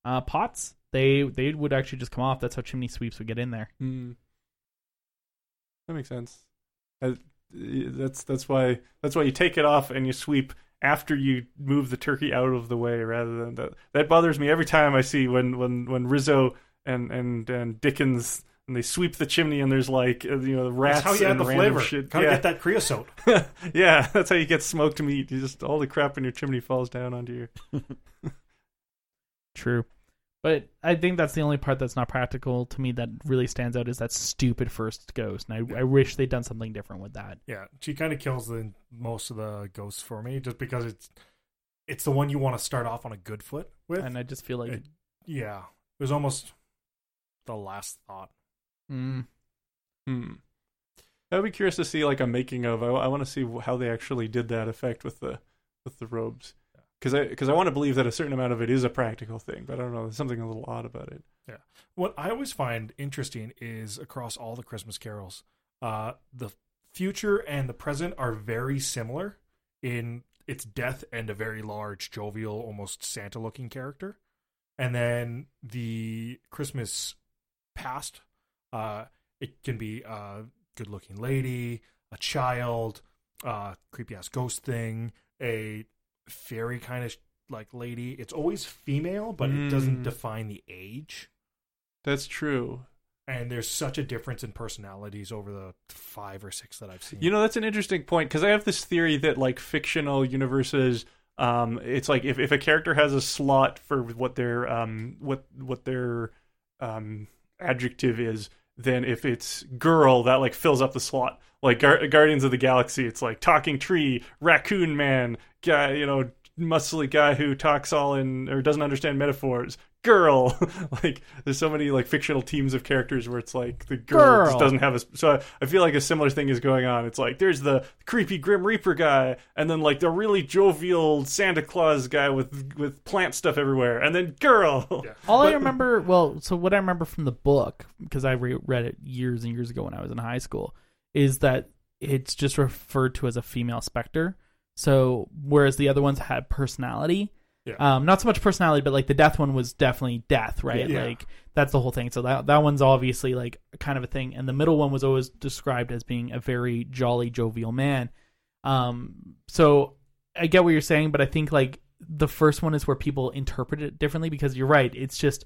uh, pots, they they would actually just come off. That's how chimney sweeps would get in there.
Hmm. That makes sense. Uh, That's that's why that's why you take it off and you sweep after you move the turkey out of the way rather than that. That bothers me every time I see when when when Rizzo and and and Dickens and they sweep the chimney and there's like uh, you know rats
That's how you add
and
the
random
flavor.
shit.
Gotta
yeah.
get that creosote.
yeah, that's how you get smoked meat. You just all the crap in your chimney falls down onto your.
True. But I think that's the only part that's not practical to me that really stands out is that stupid first ghost. And I, I wish they'd done something different with that.
Yeah, she kind of kills the most of the ghosts for me, just because it's it's the one you want to start off on a good foot with.
And I just feel like
It- yeah, it was almost the last thought.
mm,
Hmm. I would be curious to see like a making of. I, want to see wh- how they actually did that effect with the with the robes, because I because I want to believe that a certain amount of it is a practical thing, but I don't know. There's something a little odd about it.
What I always find interesting is across all the Christmas carols, uh, the future and the present are very similar in its death and a very large, jovial, almost Santa looking character. And then the Christmas past, uh, it can be a good looking lady, a child, a creepy ass ghost thing, a fairy kind of like lady. It's always female, but it doesn't
Mm.
define the age
That's true.
and there's such a difference in personalities over the five or six that I've seen.
You know, that's an interesting point because I have this theory that like fictional universes, um, it's like if, if a character has a slot for what their um what what their um adjective is, then if it's girl, that like fills up the slot. Like Gar- Guardians of the Galaxy, it's like talking tree, raccoon man, guy, you know, muscly guy who talks all in or doesn't understand metaphors. Girl, like there's so many like fictional teams of characters where it's like the girl,
Girl.
just doesn't have a. So I, I feel like a similar thing is going on. It's like there's the creepy Grim Reaper guy, and then like the really jovial Santa Claus guy with with plant stuff everywhere, and then girl.
All I remember, well, so what I remember from the book, because I re- read it years and years ago when I was in high school, is that it's just referred to as a female specter. So whereas the other ones had personality,
Yeah.
um, not so much personality, but like the death one was definitely death, right?
Yeah.
Like that's the whole thing. So that that one's obviously like kind of a thing, and the middle one was always described as being a very jolly, jovial man. Um, so I get what you're saying, but I think like the first one is where people interpret it differently because you're right. It's just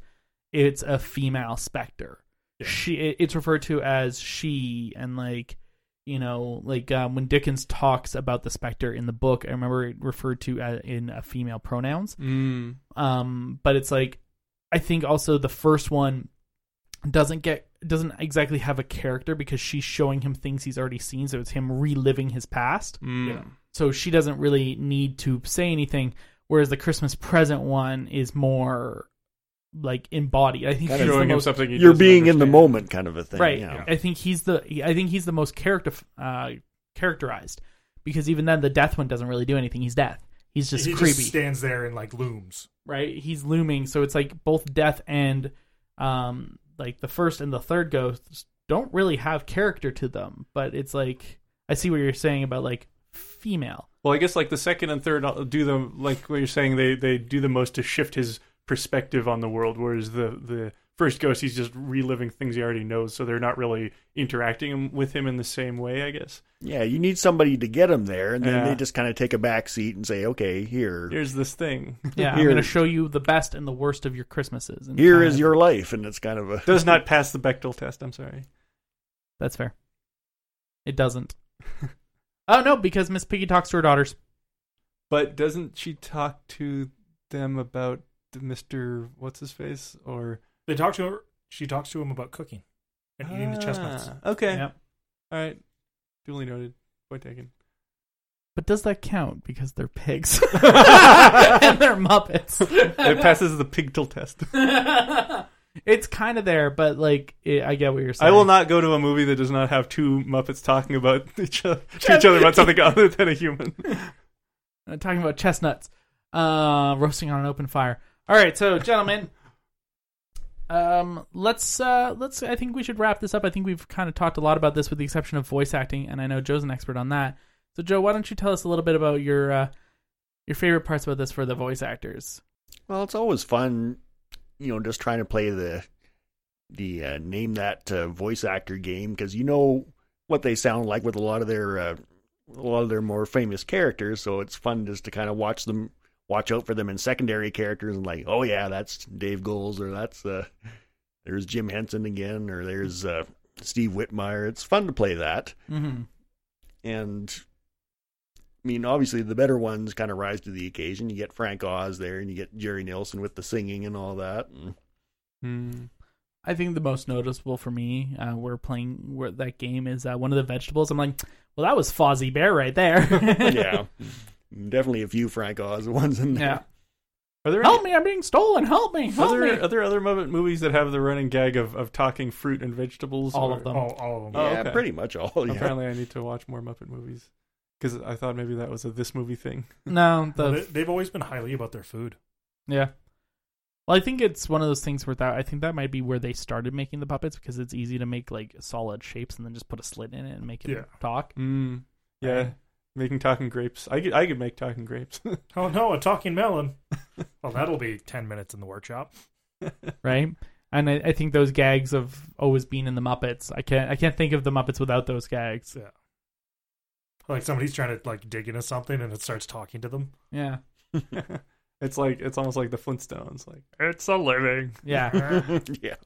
it's a female specter. She it- it's referred to as she and like you know like um, when Dickens talks about the specter in the book, I remember it referred to as, in uh, female pronouns.
Mm.
Um, but it's like I think also the first one doesn't get doesn't exactly have a character because she's showing him things he's already seen, so it's him reliving his past
Mm.
so she doesn't really need to say anything. Whereas the Christmas present one is more like embodied. I think
Kind
he's
of
the
Showing him
most-
something he
You're
doesn't
being in the
understand.
moment, kind of a thing.
right.
Yeah.
I think he's the I think he's the most character uh, characterized because even then the death one doesn't really do anything. He's death. He's just
he
creepy,
just stands there and like looms.
right? He's looming. So it's like both death and um like the first and the third ghosts don't really have character to them, but it's like I see what you're saying about like female.
Well, I guess like the second and third do the like what you're saying they they do the most to shift his perspective on the world, whereas the the first ghost he's just reliving things he already knows, so they're not really interacting with him in the same way. I guess
Yeah, you need somebody to get them there, and then
Yeah.
they just kind of take a back seat and say, "Okay, here,
here's this thing
Yeah, I'm
Here-
going to show you the best and the worst of your Christmases. And
here
kind
is
of-
your life," and it's kind of a
does not pass the Bechtel test. I'm sorry.
That's fair. It doesn't. oh no, because Miss Piggy talks to her daughters.
But doesn't she talk to them about the Mister what's his face or
They talk to her. She talks to him about cooking and eating the chestnuts.
Ah, Okay,
Eh.
Yep.
all right, duly noted. Point taken.
But does that count? Because they're pigs and they're Muppets.
It passes the Pigtel test.
it's kind of there, but like it, I get what you're saying.
I will not go to a movie that does not have two Muppets talking about each other, to each other about something other than a human.
Uh, talking about chestnuts uh, roasting on an open fire. All right, so gentlemen, um, let's uh, let's. I think we should wrap this up. I think we've kind of talked a lot about this, with the exception of voice acting, and I know Joe's an expert on that. So, Joe, why don't you tell us a little bit about your uh, your favorite parts about this for the voice actors?
Well, it's always fun, you know, just trying to play the the uh, name that uh, voice actor game because you know what they sound like with a lot of their uh, a lot of their more famous characters. So it's fun just to kind of watch them, watch out for them in secondary characters and like, oh yeah, that's Dave Goles or that's uh, there's Jim Henson again or there's uh, Steve Whitmire. It's fun to play that
Mm-hmm.
and I mean, obviously, the better ones kind of rise to the occasion. You get Frank Oz there, and you get Jerry Nelson with the singing and all that. Mm, And
I think the most noticeable for me, uh, we're playing where that game is uh, one of the vegetables. I'm like, well, that was Fozzie Bear right there.
yeah, definitely a few Frank Oz ones in
yeah.
there.
Are there
Help me! I'm being stolen. Help me!
any,
Help
are
me!
there, are there other Muppet movies that have the running gag of, of talking fruit and vegetables?
All
or-
of them. Uh,
All, all of them.
Oh,
yeah,
okay.
pretty much all. Yeah,
Apparently, I need to watch more Muppet movies because I thought maybe that was a this movie thing.
No, the
Well, they, they've always been highly about their food.
Yeah. Well, I think it's one of those things where that I think that might be where they started making the puppets because it's easy to make like solid shapes and then just put a slit in it and make it
Yeah.
talk.
Mm, yeah,
Right.
making talking grapes. I could I could make talking grapes.
Oh no, a talking melon. well, that'll be ten minutes in the workshop.
Right. And I, I think those gags have always been in the Muppets. I can't I can't think of the Muppets without those gags.
Yeah. Like somebody's trying to like dig into something and it starts talking to them.
Yeah.
it's like it's almost like the Flintstones. Like it's a living.
Yeah.
yeah.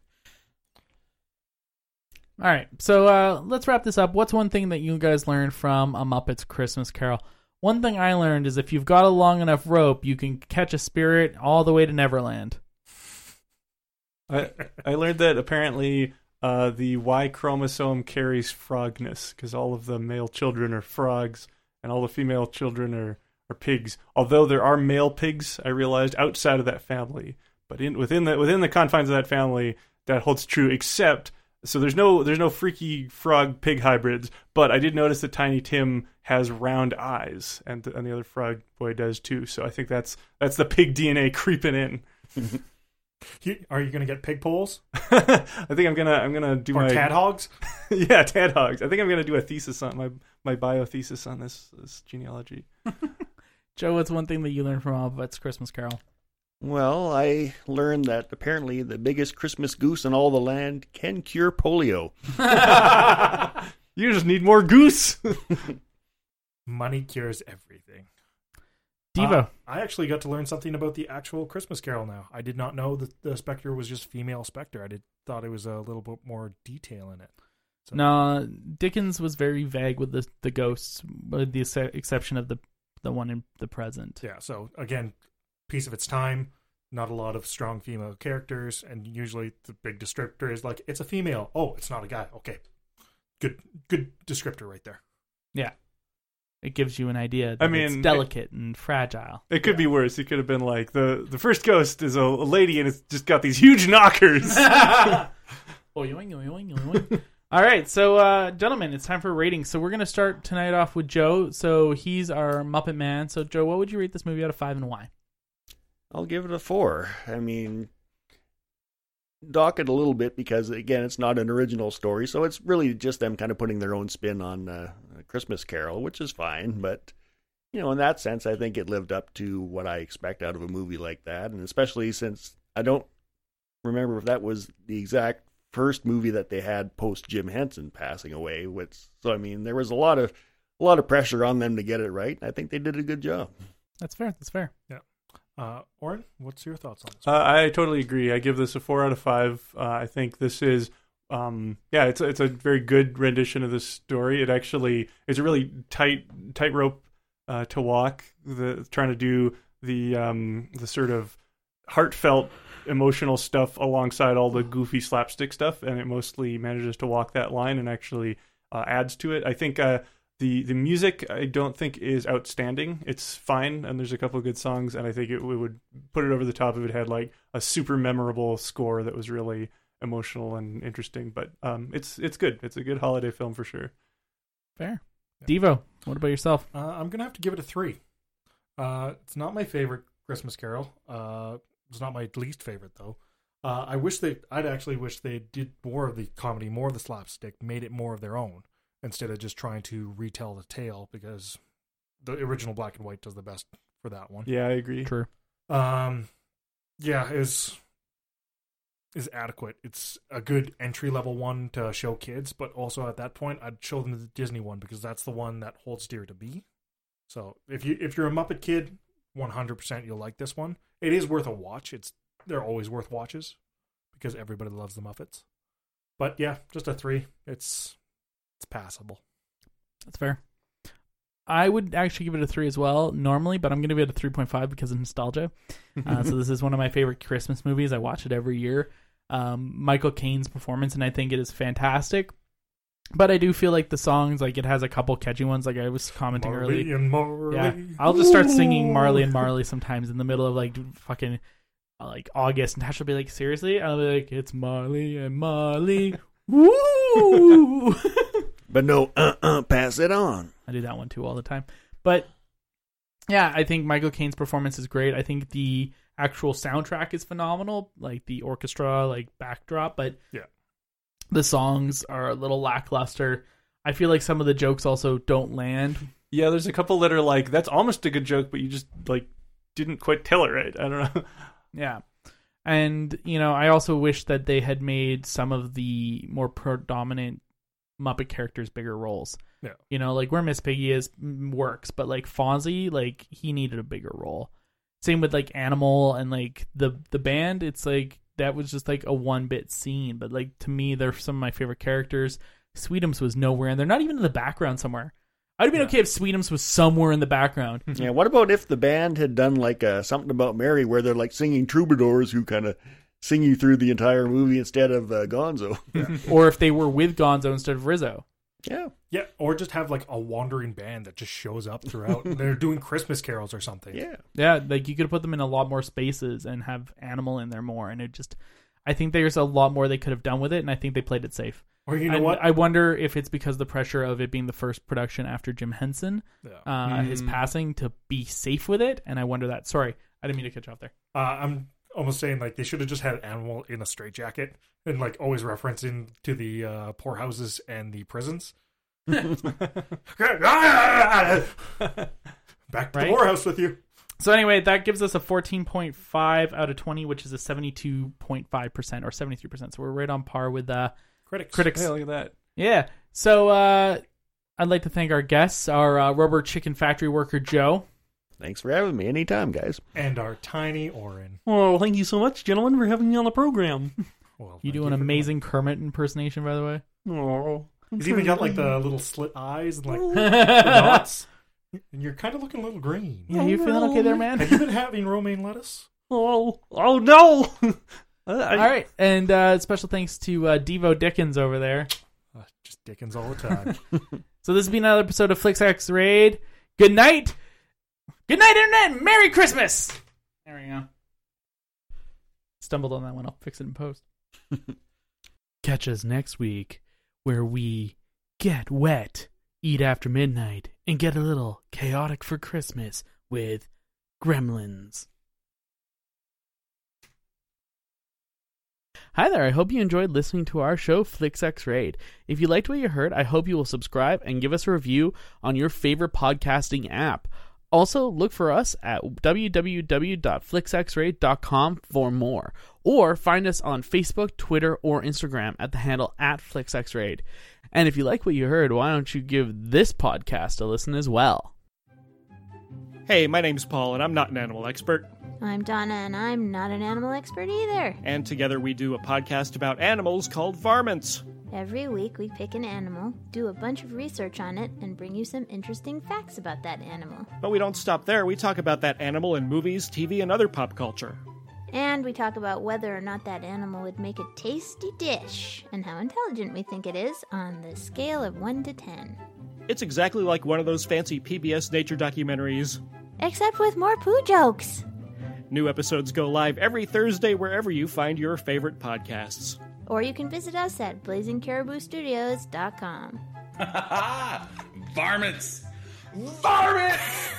All right. So uh, let's wrap this up. What's one thing that you guys learned from a Muppets Christmas Carol? One thing I learned is if you've got a long enough rope, you can catch a spirit all the way to Neverland.
I I learned that apparently uh, the Y chromosome carries frogness because all of the male children are frogs and all the female children are, are pigs. Although there are male pigs, I realized outside of that family, but in within the within the confines of that family, that holds true. Except so there's no there's no freaky frog pig hybrids. But I did notice that Tiny Tim has round eyes, and the, and the other frog boy does too. So I think that's that's the pig DNA creeping in.
You- are you going to get pig poles
I think I'm gonna I'm gonna do
or
my
cat hogs?
yeah, tad hogs. I think I'm gonna do a thesis on my my bio thesis on this this genealogy.
Joe, what's one thing that you learned from a Muppets Christmas Carol?
Well, I learned that apparently the biggest Christmas goose in all the land can cure polio.
You just need more goose.
Money cures everything.
Devo.
Uh, I actually got to learn something about the actual Christmas Carol now. I did not know that the Spectre was just female Spectre. I did thought it was a little bit more detail in it. So,
no, Dickens was very vague with the the ghosts, with the exce- exception of the the one in the present.
Yeah. So again, piece of its time. Not a lot of strong female characters, and usually the big descriptor is like, "It's a female." Oh, it's not a guy. Okay. Good, good descriptor right there.
Yeah, it gives you an idea. That
I
it's
mean,
delicate and fragile.
It could be worse. It could have been like the the first ghost is a, a lady and it's just got these huge knockers.
Oing, oing, oing, oing, oing. All right, so uh, gentlemen, it's time for ratings. So we're gonna start tonight off with Joe. So he's our Muppet Man. So Joe, what would you rate this movie out of five and why?
I'll give it a four. I mean, dock it a little bit because again, it's not an original story, so it's really just them kind of putting their own spin on uh, a Christmas Carol, which is fine. But you know, in that sense, I think it lived up to what I expect out of a movie like that, and especially since I don't remember if that was the exact first movie that they had post Jim Henson passing away. Which, so I mean, there was a lot of a lot of pressure on them to get it right. and I think they did a good job.
That's fair. That's fair.
Uh, Oren, what's your thoughts on this?
Uh, I totally agree. I give this a four out of five. Uh, I think this is, um, yeah, it's a, it's a very good rendition of this story. It actually it's a really tight tightrope uh, to walk. The trying to do the um, the sort of heartfelt emotional stuff alongside all the goofy slapstick stuff, and it mostly manages to walk that line and actually uh, adds to it. I think. Uh, the, the music I don't think is outstanding. It's fine, and there's a couple of good songs, and I think it, it would put it over the top if it had like a super memorable score that was really emotional and interesting. But um, it's it's good. It's a good holiday film for sure.
Fair. Devo, what about yourself?
Uh, I'm gonna have to give it a three. Uh, it's not my favorite Christmas Carol. Uh, it's not my least favorite though. Uh, I wish they, I'd actually wish they did more of the comedy, more of the slapstick, made it more of their own instead of just trying to retell the tale because the original black and white does the best for that one.
Yeah, I agree.
True.
Um, yeah, is is adequate. It's a good entry level one to show kids, but also at that point, I'd show them the Disney one because that's the one that holds dear to me. So if you if you're a Muppet kid, 100 percent you'll like this one. It is worth a watch. It's they're always worth watches because everybody loves the Muppets. But yeah, just a three. It's it's passable.
That's fair. I would actually give it a three as well normally, but I'm going to give it a three point five because of nostalgia. Uh, so this is one of my favorite Christmas movies. I watch it every year. Um, Michael Caine's performance, and I think it is fantastic. But I do feel like the songs, like it has a couple catchy ones, like I was commenting earlier.
Marley and Marley.
Yeah, I'll just start singing Marley and Marley sometimes in the middle of like fucking uh, like August, and Tash will be like, "Seriously?" And I'll be like, "It's Marley and Marley, woo!"
But no, uh, uh, pass it on.
I do that one too all the time. But yeah, I think Michael Caine's performance is great. I think the actual soundtrack is phenomenal, like the orchestra, like backdrop. But
Yeah.
the songs are a little lackluster. I feel like some of the jokes also don't land.
Yeah, there's a couple that are like that's almost a good joke, but you just like didn't quite tell it right. I don't know.
Yeah. And, you know, I also wish that they had made some of the more predominant Muppet characters bigger roles.
Yeah.
You know, like where Miss Piggy is mm, works, but like Fonzie, like he needed a bigger role. Same with like Animal and like the the band, it's like that was just like a one bit scene, but like to me they're some of my favorite characters. Sweetums was nowhere and they're not even in the background somewhere. I'd have been okay if Sweetums was somewhere in the background.
Yeah, what about if the band had done like uh, something about Mary, where they're like singing troubadours who kind of sing you through the entire movie instead of uh, Gonzo?
or if they were with Gonzo instead of Rizzo.
yeah,
Yeah, or just have like a wandering band that just shows up throughout. They're doing Christmas carols or something.
yeah.
Yeah, like you could put them in a lot more spaces and have animal in there more, and it just. I think there's a lot more they could have done with it, and I think they played it safe.
Or you know
And
what?
I wonder if it's because the pressure of it being the first production after Jim Henson, uh, his passing, to be safe with it, and I wonder that. Sorry, I didn't mean to cut you off there.
uh, I'm almost saying like they should have just had an animal in a straitjacket and like always referencing to the uh, poorhouses and the prisons. Back to
Right?
the poorhouse with you.
So anyway, that gives us a 14.5 out of 20, which is a 72.5% or 73%. So we're right on par with uh,
Critics.
critics.
Hey, look at that.
Yeah. So uh, I'd like to thank our guests, our uh, rubber chicken factory worker Joe,
Thanks for having me anytime, guys.
and our tiny Orin.
Well, Oh, thank you so much, gentlemen, for having me on the program.
Well,
You
thank
do an
for
amazing Kermit impersonation, by the way.
Oh,
coming. He's even got like the little slit eyes and like the dots, and you're kind of looking a little green.
Yeah, you feeling okay there, Oh, man?
Have you been having romaine lettuce?
Oh, oh no! I- I-
All right, and uh, special thanks to uh, Devo Dickens over there.
Uh, just Dickens all the time.
So this has been another episode of Flix X Raid. Good night. Good night, Internet. Merry Christmas. There we go. Stumbled on that one. I'll fix it in post. Catch us next week where we get wet, eat after midnight, and get a little chaotic for Christmas with gremlins. Hi there, I hope you enjoyed listening to our show, FlixX Raid. If you liked what you heard, I hope you will subscribe and give us a review on your favorite podcasting app. Also, look for us at www.flixxraid.com for more, or find us on Facebook, Twitter, or Instagram at the handle at FlixXRaid. And if you like what you heard, why don't you give this podcast a listen as well?
Hey, my name's Paul, and I'm not an animal expert.
I'm Donna, and I'm not an animal expert either.
And together we do a podcast about animals called Varmints.
Every week, we pick an animal, do a bunch of research on it, and bring you some interesting facts about that animal.
But we don't stop there, we talk about that animal in movies, TV, and other pop culture.
And we talk about whether or not that animal would make a tasty dish, and how intelligent we think it is on the scale of 1 to 10.
It's exactly like one of those fancy PBS nature documentaries.
Except with more poo jokes!
New episodes go live every Thursday wherever you find your favorite podcasts.
Or you can visit us at blazingcariboustudios.com.
Varmints! Varmints!